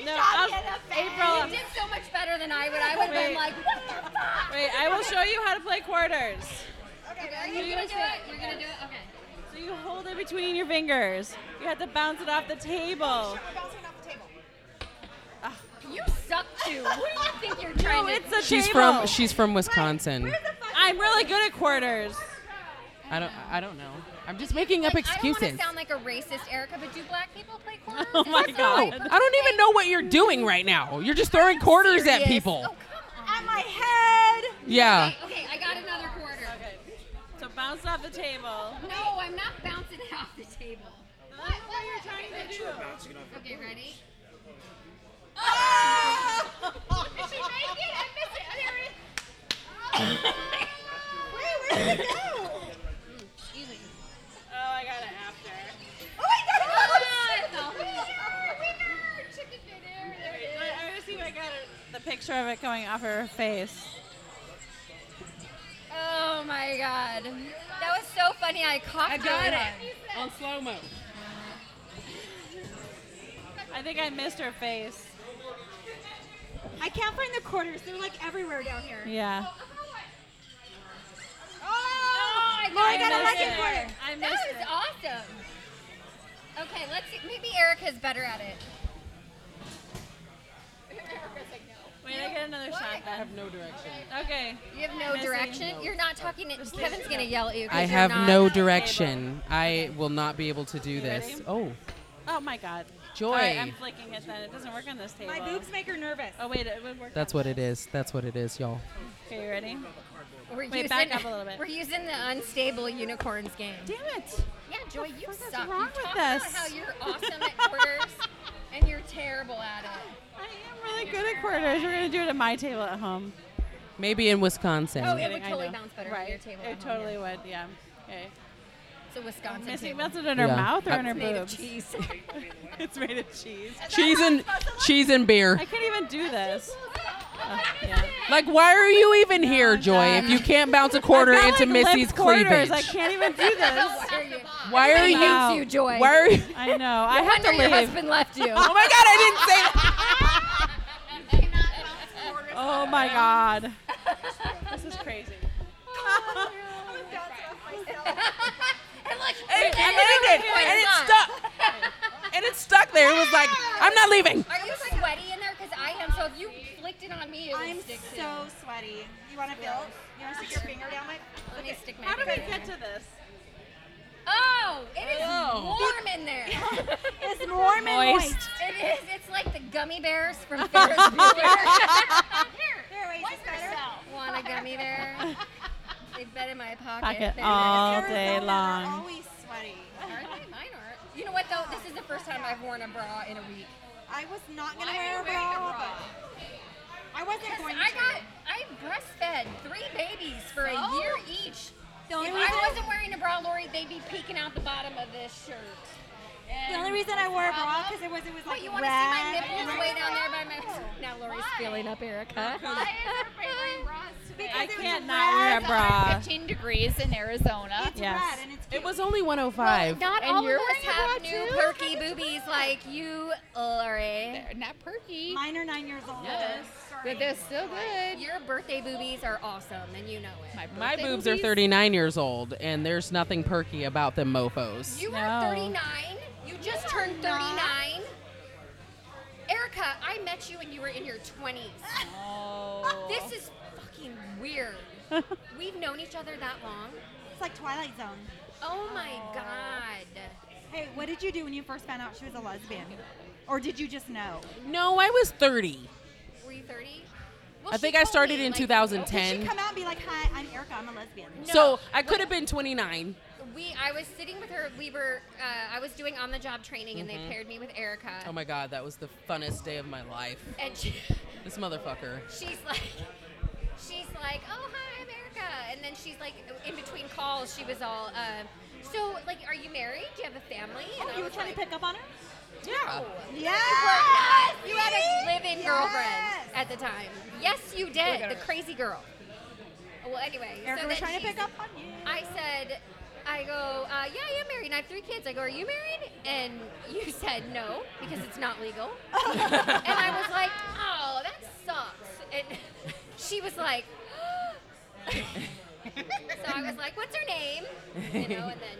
No,
shot
I'll-
me in the face.
You
April.
did so much better than I would. I would have been
Wait.
like, what the fuck?
Wait, I will show you how to play quarters.
Okay, are you gonna do it? You're gonna do it. Okay.
So you hold it between your fingers. You have to bounce it off the table.
Bouncing off the table.
You suck too. What do you think you're trying
No,
to?
it's a
She's
table.
from she's from Wisconsin.
I'm really good at quarters.
I don't I don't know. I'm just making up
Like, I don't
excuses.
want to sound like a racist, Erica, but do black people play quarters?
Oh
Is that
my
so
God.
No, I don't even know what you're doing right now. You're just throwing quarters at
serious?
people.
Oh, come on.
At my head.
Yeah.
Wait, okay, I got another quarter.
So bounce off the table.
No, I'm not bouncing it off the table. What, what are you trying to do? Okay, ready? Oh!
Did she make it? I missed it. There it is.
Wait, where did it go?
Excuse me.
Oh, I got it after.
Oh my God.
Ah,
Winner! Chicken dinner. There it is.
I want to see if I got it. The picture of it going off her face.
Oh my god. That was so funny. I coughed I got it.
Oh,
On slow mo.
I think I missed her face.
I can't find the quarters. They're like everywhere down here.
Yeah.
Oh, I
Lori
missed
got a lucky
it.
quarter.
I
That
missed
was
it.
awesome. Okay, let's see. Maybe Erica's better at it.
Wait, I get another shot
I
then.
have no direction.
Okay.
You have no
Missy.
direction. You're not talking. To, Kevin's gonna yell at you. 'cause
I
you're
have
not-
no direction. I will not be able to do this.
ready?
Oh,
Oh my god. All right, I'm
joy.
flicking it then. It doesn't work on this table.
My boobs make her nervous.
Oh wait, it would work.
That's what it is. That's what it is, y'all.
Okay, you ready?
We're using,
Wait, back up a little bit.
We're using the unstable unicorns game.
Damn it.
Yeah, Joy, you
fuck is
suck.
wrong
you
with
talk about
us?
how you're awesome at quarters, and you're terrible at it.
I am really good at quarters. We're gonna do it at my table at home.
Maybe in Wisconsin.
Oh, yeah. It would
Kidding, I
totally
know.
bounce better on
right.
your table
It
at home,
totally would. Yeah. Okay.
It's a Wisconsin
Missy
table.
melts it in her
Yeah.
mouth or
I-
in her
It's
made of
boobs.
cheese.
it's made of cheese.
Cheese and cheese and beer.
I can't even do this. Oh, yeah.
Like, why are you even here, Joy?
done.
If you can't bounce a quarter
I've got,
into
like, lip
Missy's
quarters. I
cleavage,
can't even do this.
Why are you?
why are
Everybody
you?
Wow.
hates you, Joy.
Why are you?
I know. I have to
Wonder your
leave.
husband left you.
Oh my God! I didn't say that.
Oh my god. this is crazy.
and look,
And,
and
and
everyone
it did.
points
And it
on.
stuck. And it stuck there. It was like, I'm not leaving.
Are you sweaty in there? Because I am. So if you flicked it on me, it would
I'm
stick too.
so sweaty. You want to feel? it? You want to stick your finger down my?
Let me stick my
How did we
finger in
get
there.
to this?
Oh, it is
Oh.
warm in there.
It's warm and
Moist.
moist.
it is. It's like the gummy bears from Ferris Bueller.
There, wait, is this better?
Want a gummy bear? They've been in my pocket.
Pocket
They're-
all day
Arizona, They're
long.
always sweaty.
Aren't they? Mine aren't. You know what though? This is the first time I've worn a bra in a week.
I was not gonna
Why are
wear
you
a
wearing a
bra,
bra?
but I wasn't
Because
going
I
to.
got I breastfed three babies for a year each.
the only
If
reason
I wasn't wearing a bra, Lori, they'd be peeking out the bottom of this shirt.
the only reason I wore a bra because it was it was
What,
like
you
red.
want to see my nipples
and
way
red.
down there by my... Now Lori's feeling up, Erica.
Why is everybody wearing bras today?
I
Because it was
can't not wear a
red.
bra.
15 degrees in Arizona.
It's
Yes.
red and it's cute.
It was only 105.
Not
And
all
you're
of us
wearing a
have
bra
new
too?
perky boobies like you, Lori.
They're not perky,
Mine are nine years old.
but they're still good.
Your birthday boobies are awesome, and you know it.
My
birthday
boobs are 39 years old, and there's nothing perky about them mofos.
You
No.
are 39. You just turned 39. Erica, I met you when you were in your 20s.
Oh.
This is fucking weird. We've known each other that long.
It's like Twilight Zone.
Oh my god.
Hey, what did you do when you first found out she was a lesbian? Or did you just know?
No, I was 30.
Were you 30?
I think I started in 2010.
Did she come out and be like, "Hi, I'm Erica. I'm a lesbian."
So I could have been 29.
We, I was sitting with her. We were, uh, I was doing on-the-job training, and they paired me with Erica.
Mm-hmm. Oh my god, that was the funnest day of my life.
and she,
This motherfucker.
she's like, she's like, oh hi, I'm Erica. And then she's like, in between calls, she was all, um, so like, are you married? Do you have a family? And
Oh,
I
you were
was
trying
like,
to pick up on her?
Yeah.
Yeah.
You had a live-in
Yes.
girlfriend at the time. Yes, you
Look at
did. The
her.
crazy girl. Well, anyway,
Erica
so
was
then
trying to
she's-
pick up on you.
I said, I go, uh, yeah, I am married. and I have three kids. I go, are you married? And you said no because it's not legal. and I was like, oh, that sucks. And she was like, so I was like, what's her name? You know, and then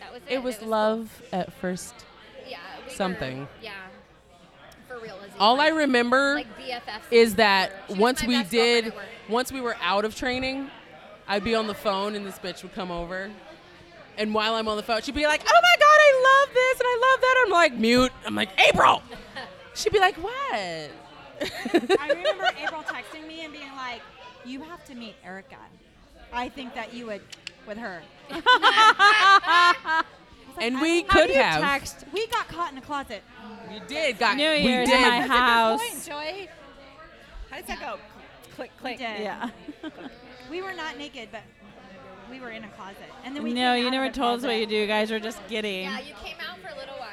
that was it.
It was love at first.
Yeah, we were-
something.
yeah, for real. Lizzie.
All I
Like-
remember
like BFFs
is that
She was
once
my
we
best girlfriend
did,
at work.
once we were out of training, I'd be on the phone and this bitch would come over. And while I'm on the phone, she'd be like, oh my God, I love this and I love that. I'm like, mute. I'm like, April. She'd be like, what?
I remember April texting me and being like, "You have to meet Erica. I think that you would with her." I was like,
And
I
we
don't-
could
How do you
have.
text? We got caught in a closet.
you did, got
New
we
Year's
did.
in my house.
Joy. How does that go? Click, click.
did.
Yeah.
We were not naked, but we were in a closet. And then we
No,
came out
you
of
never
the
told us what
closet.
you do. You guys were just giddy.
Yeah, you came out for a little while,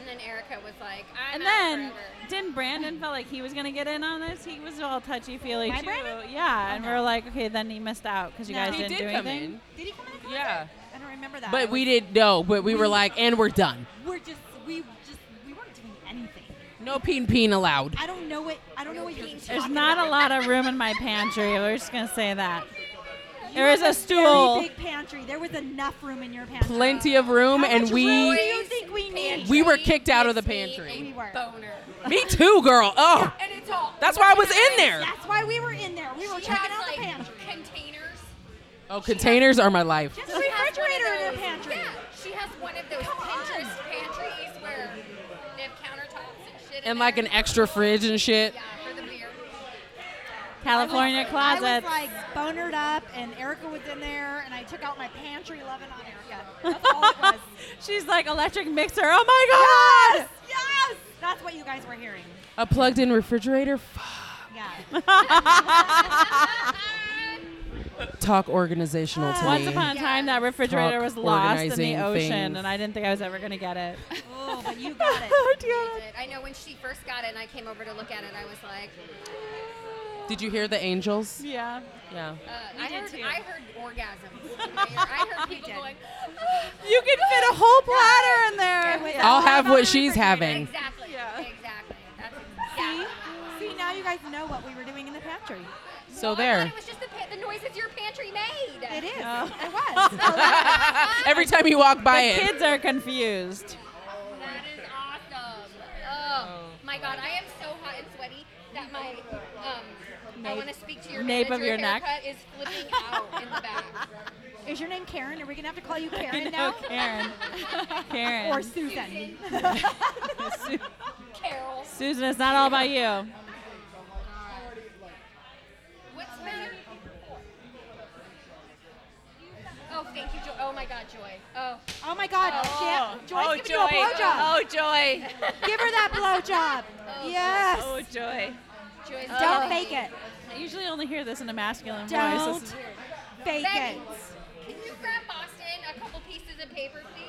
and then Erica was like, I'm
And
out
then
forever.
didn't Brandon felt like he was gonna get in on this? He was all touchy feely
My
too.
Brandon?
Yeah, and
no.
we are like, okay, then he missed out because you
No.
guys
He
didn't do
did come
anything.
in.
Did he come in a closet?
Yeah.
I don't remember that. I
But we
was-
didn't know, but we were like, and we're done.
We're just we just we weren't doing anything.
No peen peen allowed.
I don't know what I don't know what you're.
There's not a lot of room in my pantry. We're just gonna say that.
You
There is
have
a stool.
Very big pantry. There was enough room in your pantry.
Plenty of room,
How
and
much
we.
room do you think we need?
We were kicked out of the
Gives me
pantry.
a
We were.
Boner.
Me too, girl. Oh,
And it's all.
that's why I was in there.
That's why we were in there. We were
She
checking
has,
out the
like,
pantry.
Containers.
Oh, containers are my life.
Just a
She has one of
refrigerator in
those-
your pantry.
Yeah, she has one of those
Come on.
Pinterest pantries where they have countertops and shit. in
And like
there.
an extra fridge and shit.
Yeah, for the beer.
California
I
closet.
was like bonered up, and Erica was in there, and I took out my pantry loving on Erica. That's all it was.
She's like electric mixer. Oh my god!
yes, that's what you guys were hearing.
A plugged in refrigerator?
Yeah.
Talk organizational to
Once
me.
upon a time, that refrigerator was lost in the
organizing
ocean,
things.
and I didn't think I was ever gonna get it.
oh, but you got it.
But I know when she first got it and I came over to look at it, I was like,
Did you hear the angels?
yeah.
Yeah.
uh, I,
did
heard,
too.
I heard orgasms. in my ear. I heard people
did.
going,
You can fit a whole platter in
It
there.
was
I'll
all
have
about
what
the
she's
refrigerator.
having.
exactly.
Yeah.
Exactly. That's
See?
exactly.
See, now you guys know what we were doing in the pantry.
So
I
there.
thought Oh it was just the, pa- the noises your pantry made.
It is. It was.
Every time you walk by
The
it.
kids are confused.
That is awesome. Oh my god, I am so hot and sweaty that my um, I want to speak to your
Nape of
manager
your neck.
haircut is flipping out in the back.
is your name Karen? Are we going to have to call you Karen
I
now?
know, Karen. Karen.
Or Susan.
Carol,
Susan, it's not all about you.
what's the matter? Oh, thank you, Joy. Oh my god, Joy. Oh,
Oh my God. Jam- Joy's
Oh,
giving you a blowjob.
Oh, joy.
Give her that blowjob. yes.
Oh, joy.
Joy's
Don't
giving
fake
me-
it.
I usually only hear this in a masculine voice.
Don't
This is-
fake
Becky,
it.
can you grab Boston a couple pieces of paper, please?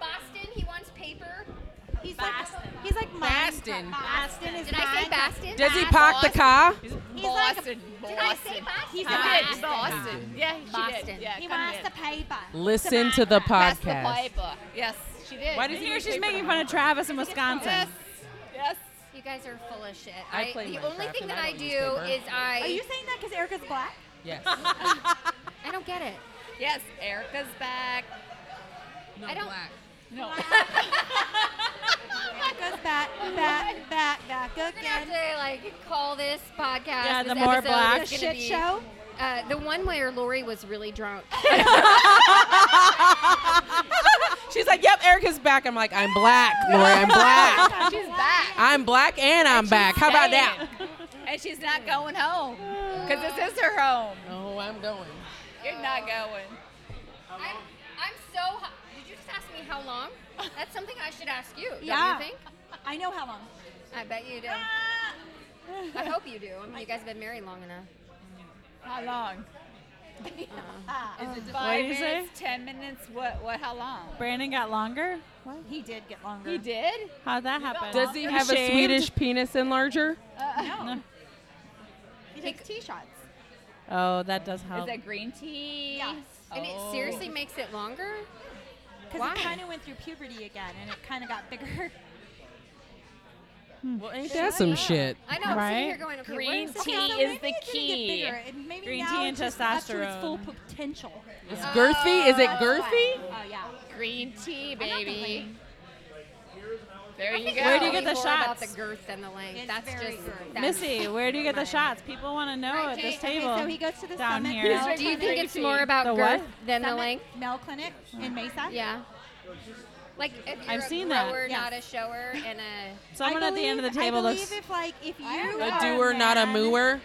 Boston, he wants paper.
He's like he's like mine.
Bastin.
Bastin is
Did I say
mine.
Boston?
Does he park the car?
He's like a-
Boston.
Did I say Boston?
He's
Boston.
a-
Boston. Boston. Yeah, she
Boston.
did. Yeah,
he
come
wants
in.
the paper.
Listen to the
Pass the
podcast.
paper. Yes, she did.
Why does he
Here
need
she's
paper?
making fun of Travis in Wisconsin.
Yes. Yes.
You guys are full of shit.
I
I,
play
the
Minecraft
only thing
and
that
I
I
don't
do
use paper.
is I
Are you saying that because Erica's black?
Yes.
I don't get it.
Yes. Erica's back.
I don't
Erica's back, back, back, back
We're gonna have
again.
to like call this podcast.
Yeah,
this
the more
episode
black-
The
is gonna
shit
be,
show.
Uh, the one where Lori was really drunk.
She's like, yep, Erica's back. I'm like, I'm black, Lori. I'm black.
She's back.
I'm black and I'm back. How about that?
And she's not going home because this is her home.
Oh, I'm going.
You're not going.
I'm, I'm so. Hot. Did you just ask me how long? That's something I should ask you. Don't
Yeah.
you think?
I know how long.
I bet you do. I hope you do. I mean, you guys have been married long enough.
How long?
Ah, oh.
Five
you say?
minutes, ten minutes. What? What? How long?
Brandon got longer.
he did get longer.
He did.
How'd that happen?
Does he have a
Shaved?
Swedish penis enlarger?
No. He takes tea shots.
Oh, that does help.
Is that green tea?
Yes.
And it
Oh.
seriously makes it longer.
Because he kind of went through puberty again, and it kind of got bigger.
Well, ain't that some shit?
I know. I'm sitting here
Right?
going, okay,
Green
what is
tea
Okay, so
is
maybe
the
it didn't get
key.
bigger. It- Maybe
Green
now
tea
it's
and
just up to its full
testosterone.
potential.
It's girthy. Is it girthy?
Oh yeah.
Green tea, baby. There you go.
Where do you get
Tell me
the
more about
shots?
the girth and the length.
It's
That's
very
just
girthy.
that's-
Missy, where do you get the shots? People want to know at this
Okay,
table.
so he goes to the
down
summit.
here.
He's
Do you think it's
Green
more
tea.
about
The
girth
what?
than the
Summit
length?
Mel Clinic in Mesa.
Yeah. Like if you're
I've
a
seen that.
grower,
Yes.
not a shower, and a
Someone
I
at the end of
believe-
the table
I believe
looks.
if like if you
A
are
doer, not a
man-
mower.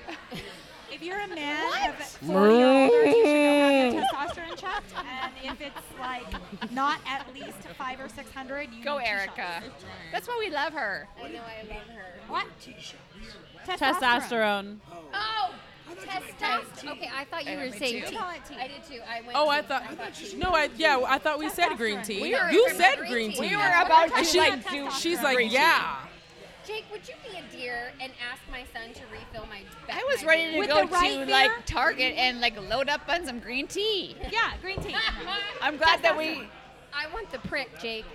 If you're a man of 40 or older, you should go have your testosterone checked. And if it's like not at least five or six hundred, you
Go,
need two
Erica.
shots.
That's why we love her.
I know I love her.
What?
Testosterone.
Oh, testosterone. Okay, I thought you were saying
too.
tea.
We call it tea.
I did too. I went.
Oh,
tea.
I thought.
tea.
No, I yeah. I thought we said green tea.
We were
you
from
said
green
green
tea.
tea.
We
were about to,
And she,
like,
do-
She's
green
like,
tea.
yeah.
Jake, would you be a dear and ask my son to refill my?
I was ready to
With
go
the right
to
there?
like Target and like load up on some green tea.
Yeah, green tea.
I'm glad that we.
I want the prick, Jake.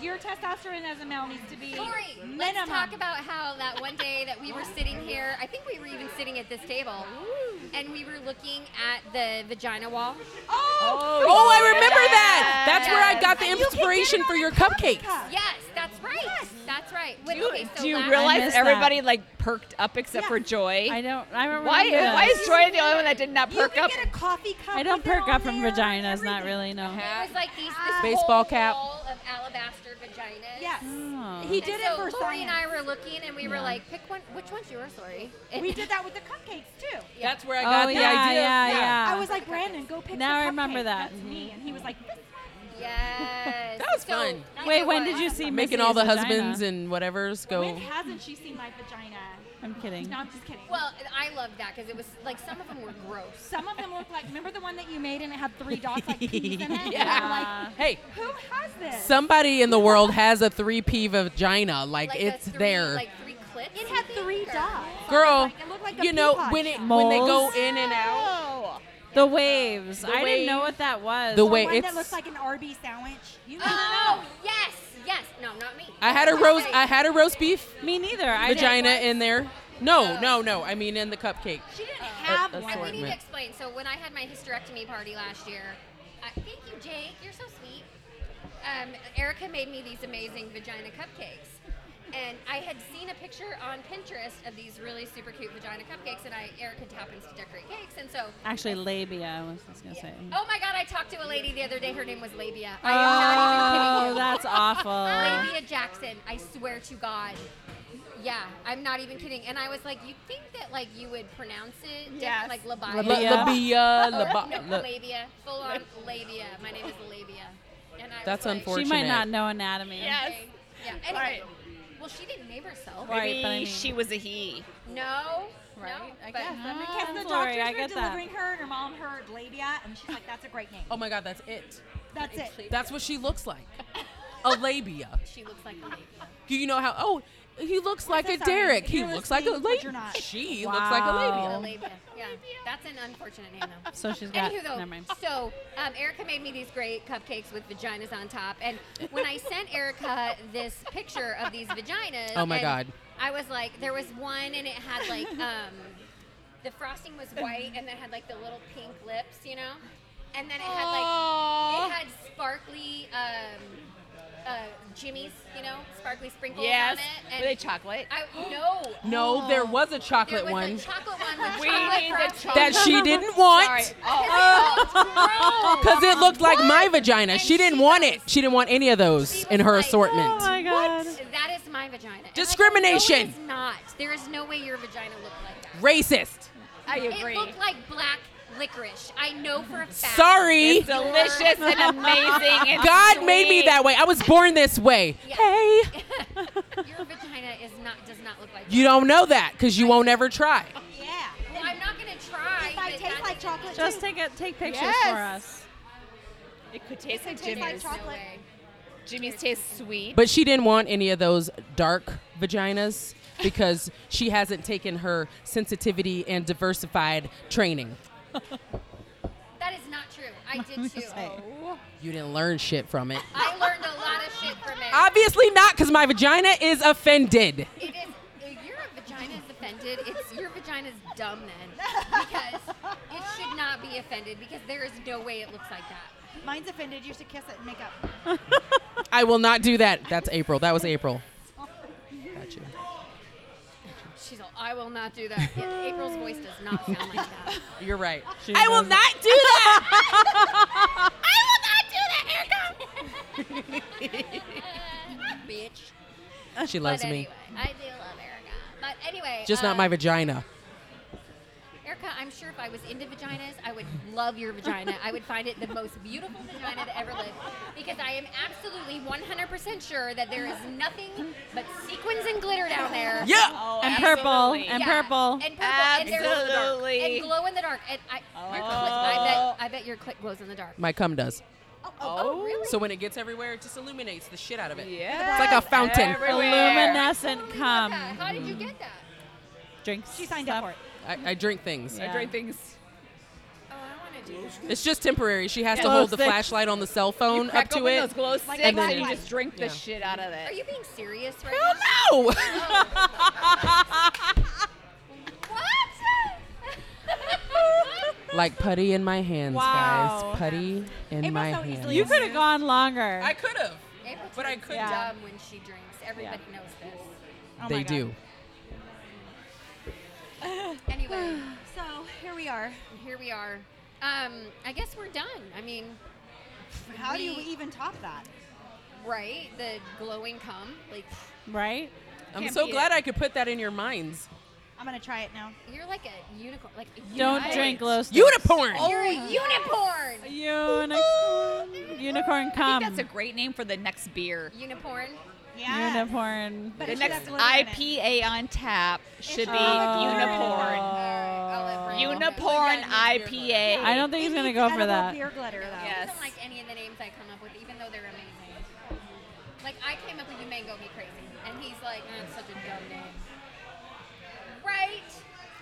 your testosterone as a male needs to be
Corey,
minimum.
let's talk about how that one day that we were sitting here, I think we were even sitting at this table, and we were looking at the vagina wall.
oh,
Oh, I remember that. That's where I got the inspiration for your cupcakes.
Yes, that's right. That's right. Wait,
Do you,
okay, so
do you
last-
missed
realize
that.
everybody like perked up except for Joy?
I don't. I remember.
Why?
this.
Why is Joy the only one that did not
You
perk
can
up?
get a coffee cup.
I don't
with it
perk
on
up from
there and
vaginas. Not
everything.
really. No.
It was like these this whole
Baseball cap.
wall of alabaster vaginas.
Yes.
Oh.
He
And
did
so
it for
Lori and
science.
I were looking, and we were
Yeah.
like, "Pick one. Which one's yours, Lori?"
we did that with the cupcakes too.
That's where I
Oh
got
yeah,
the
yeah,
idea.
yeah,
I was like, Brandon, go pick.
Now
the
I remember
cupcake.
that.
That's me. And he was like, this
Yes.
That was
So-
fun.
Wait, when did you see
Making
Missy's
all the
vagina?
husbands and whatever's
when
go.
hasn't she seen my vagina?
I'm kidding.
No, I'm just kidding.
Well, and I loved that because it was like some of them were gross.
some of them look like. Remember the one that you made and it had three dots like peas in it? And you're
Yeah. Hey,
Like, who has this?
somebody in the world has a three P vagina. Like,
Like a
it's
three-
there.
Like three clips.
it had three dots.
Girl,
Like, it looked like a
you know
peacock
when it
shell.
when they go
Moles?
in and out.
Oh.
The waves. I didn't
waves.
know what that was.
The
The
way
one
it's.
that looks like an RB sandwich. You
Oh yes, yes. No, not me.
I had a roast. I had a roast beef
Me neither. I didn't-
vagina in there. No, no, no. I mean in the cupcake.
She didn't
have Uh, one.
And we need to
assortment.
explain. So when I had my hysterectomy party last year, I, thank you, Jake. You're so sweet. Um, Erica made me these amazing vagina cupcakes, and I had seen a picture on Pinterest of these really super cute vagina cupcakes, and I Erica happens to decorate cakes, and so.
Actually, labia. I was just gonna say.
Oh my God! I talked to a lady the other day. Her name was Labia. I am not even
Oh,
kidding you.
that's awful.
Olivia Jackson, I swear to God. Yeah, I'm not even kidding. And I was like, you think that like you would pronounce it different,
Yes.
like Labia?
La-
Yeah.
labia,
Or-
laba-
no,
la-
labia. Full on labia. My name is Labia. And I was
That's
like,
She
unfortunate.
might not know anatomy.
Yes.
okay. Yeah. Anyway.
Right.
Well, she didn't name herself.
Right,
Maybe
but I mean-
she was a he.
No. No.
Right,
but-
I guess.
Because
Ah,
the
Lori,
doctors
I
were
get that.
delivering her, and her mom heard labia, and she's like, "That's a great name.
Oh my God, that's it.
That's it."
That's what she looks like. A labia.
She looks like a labia.
Do you know how? Oh, he looks like
that
a
sound?
Derek. He
You're
looks like a
listening, but
lady.
you're not.
She looks like a labia.
Wow.
A labia. Yeah. That's an unfortunate name though.
So she's got.
Anywho, though,
never mind.
so um, Erica made me these great cupcakes with vaginas on top, and when I sent Erica this picture of these vaginas,
Oh my
and
God.
I was like, there was one, and it had like um, the frosting was white, and then had like the little pink lips, you know, and then it had like it had sparkly um, uh, jimmies, you know, sparkly sprinkles
Yes.
on it.
Were they chocolate?
I no.
No, there was a
There
chocolate
was
one
a Oh, chocolate one with
We
chocolate
need the
frosting.
chocolate.
that she didn't want
Sorry. Oh.
because it looked like my vagina.
And
she didn't
she
want
goes-
it. She didn't want any of those
She
in
was
her
like,
assortment.
Oh my god.
That is my vagina. And I go,
Discrimination.
No, it is not. There is no way your vagina looked like that.
Racist.
I
It
agree.
looked like black licorice. I know for a fact.
Sorry.
It's delicious and amazing. and
God made me
sweet.
that way. I was born this way.
Yeah.
Hey,
Your vagina is not does not look like
you don't know that because you won't ever try.
Yeah.
that. Well, I'm not gonna try.
It might
but
taste
that
like
doesn't-
chocolate.
Just
too.
take a, take pictures
Yes.
for us.
It could taste like
Tastes like
Jimmy's.
chocolate. No
chocolate.
way.
Jimmy's tastes sweet.
But she didn't want any of those dark vaginas because she hasn't taken her sensitivity and diversified training.
That is not true. I did too.
You didn't learn shit from it.
I learned a lot of shit from it.
Obviously not because my vagina is offended.
It is. if Your vagina is offended. It's your vagina's dumb then, because it should not be offended because there is no way it looks like that.
Mine's offended. You should kiss it and make up.
I will not do that. That's April. That was April. Got you.
She's all, I will not do that. Yeah, April's voice does not sound like that.
You're right.
She
I will
knows it.
not do that.
bitch.
she loves
but
me.
anyway, I do love Erica. But anyway,
Just not
um,
my vagina.
Erica, I'm sure if I was into vaginas, I would love your vagina. I would find it the most beautiful vagina that ever lived because I am absolutely 100% sure that there is nothing but sequins and glitter down there.
Yeah.
And purple.
absolutely.
And
Yeah,
purple.
And purple. and there's-
Absolutely.
And glow in the dark. And I, your clit, I, bet, I bet your clit glows in the dark.
My cum does.
Oh,
So when it gets everywhere, it just illuminates the shit out of it. It's
yeah.
like a fountain.
Everywhere.
Luminescent
How
cum.
did you get that? Oh, How did you get that?
Drinks.
She signed
stuff.
up for it.
I, I drink things.
Yeah.
I drink things.
Oh, I want to
It's just temporary. She has to
Yeah.
hold the
Glow stick.
flashlight on the cell phone
Crack
up to
open
it.
those glow sticks
and then
and you
it-
just drink the
yeah.
shit out of
Are
it.
you being serious right
Hell no!
now? What?
like putty in my hands,
Wow.
guys. Putty in
It was
my
so
hands.
easily
You could have gone longer.
I could have.
April
But I
turns
could
Yeah.
dumb when she drinks. Everybody knows this.
Oh
they
my God.
do.
Anyway,
So here we are.
here we are. Um, I guess we're done. I mean,
How do you
We-
even top that?
right? The glowing cum, like
Right?
I'm
Can't
so
beat
glad I could put that in your minds.
I'm gonna try it now.
you're like a unicorn. Like a
Don't
unicorn.
drink glow sticks.
Unicorn.
You're a
Oh.
unicorn.
Unicorn. Unicorn
I
cum.
think that's a great name for the next beer.
Unicorn.
Yeah.
Unicorn.
But
The
it should
next
have glitter in it.
IPA on tap should be
Oh.
Uniporn. Uniporn IPA.
I don't think he's
It
gonna
needs
go for
edible
that.
Beer glitter though.
I
Yes.
don't like any of the names I come up with, even though they're amazing. Like I came up with "You Mango Me Crazy," and he's like, "Eh, "It's such a dumb name." Right?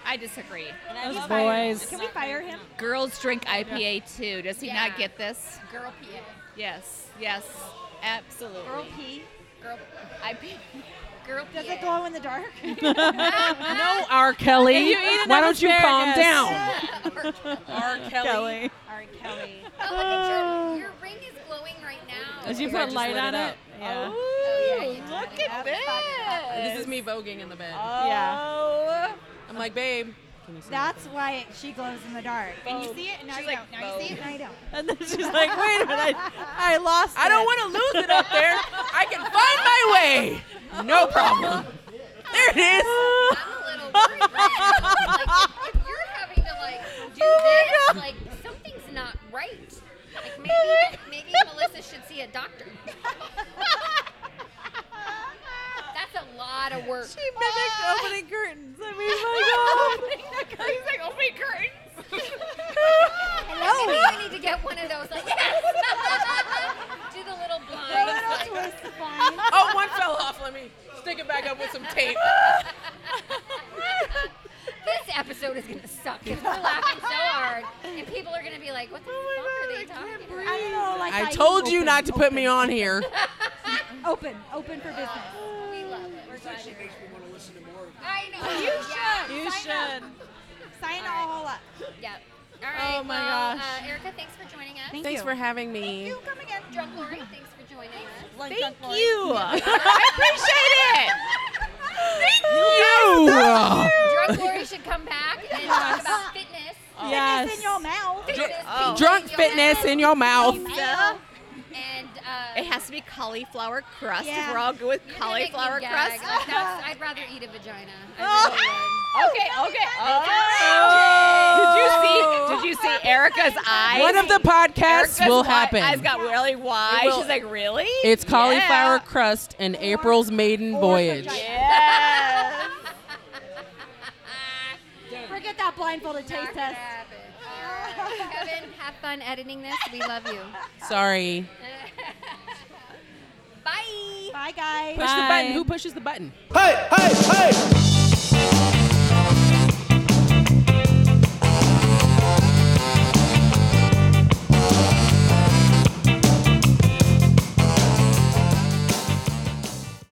I disagree.
Those
Can we fire-
boys.
Can we fire him?
Girls drink IPA too. Does he
Yeah.
not get this?
Girl PA.
Yes. Yes. Absolutely.
Girl P.
Girl.
IPA.
Girl PA.
Does it glow in the dark?
No, R. Kelly.
You eat
Why
enough
don't you calm
asparagus.
down?
R.
Kelly.
All right, Kelly.
Oh, look at your, your ring is glowing right now.
As you
I
put
just
light
lit
on
it
it.
up.
Yeah.
Oh, yeah, you did.
Look at
This
this.
is me voguing in the bed.
Uh, Yeah.
I'm like, babe. Can you see
That's why she glows in the dark.
And you see it? Now
She's
you
like,
don't. Now you see it?
No, you don't.
And then she's like, wait a minute. I, I lost
I don't
it."
want to lose it up there. I can find my way. No problem. There it is.
I'm a little worried right now. Like, if, if you're having to like do this, like something's not right. Like maybe maybe Melissa should see a doctor. That's a lot of work.
She mimicked opening curtains. I mean, my
He's like, oh my curtains.
Maybe we need to get one of those. Like, yes. do the little blinds. Like,
Twist the vine.
Oh, one fell off. Let me stick it back up with some tape.
this episode is gonna suck because we're laughing so hard, and people are gonna be like, "What the fuck are they talking about?"
I don't know, like how
I told you
open-
not to put me on here.
Open, open for business.
We love it. We're glad you're here.
want to listen to more of
I know. You
God. You should.
Sign all up.
Yep. All right.
Oh my
well,
gosh.
Uh, Erica, thanks for joining us.
Thanks for having me.
You come again.
Drunk Lori, thanks for joining us.
Thank you. I
You.
Drunk Lori should come back and talk about fitness.
It's in your
Yes.
mouth.
Fitness,
oh.
people
Drunk
your
fitness
head.
in your mouth.
appreciate it.
And
It
uh,
has to be cauliflower crust.
Yeah.
If we're all good with
you're gonna make me
cauliflower
gag.
crust.
Like, that's- I'd rather eat a vagina. I
Okay, okay. Oh. Did you see? Did you see Erica's eyes?
One of the
Erica's
podcasts will
wi- Eyes
happen.
got really wide.
It will.
She's like, really?
It's cauliflower
Yeah.
crust and April's maiden voyage.
Yes.
Forget that blindfolded
really would.
taste
Not
test.
gonna happen. All right. Kevin, have fun editing this. We love you.
Sorry.
Bye.
Bye, guys.
Push the
Bye.
button. Who pushes the button?
Hey, hey, hey!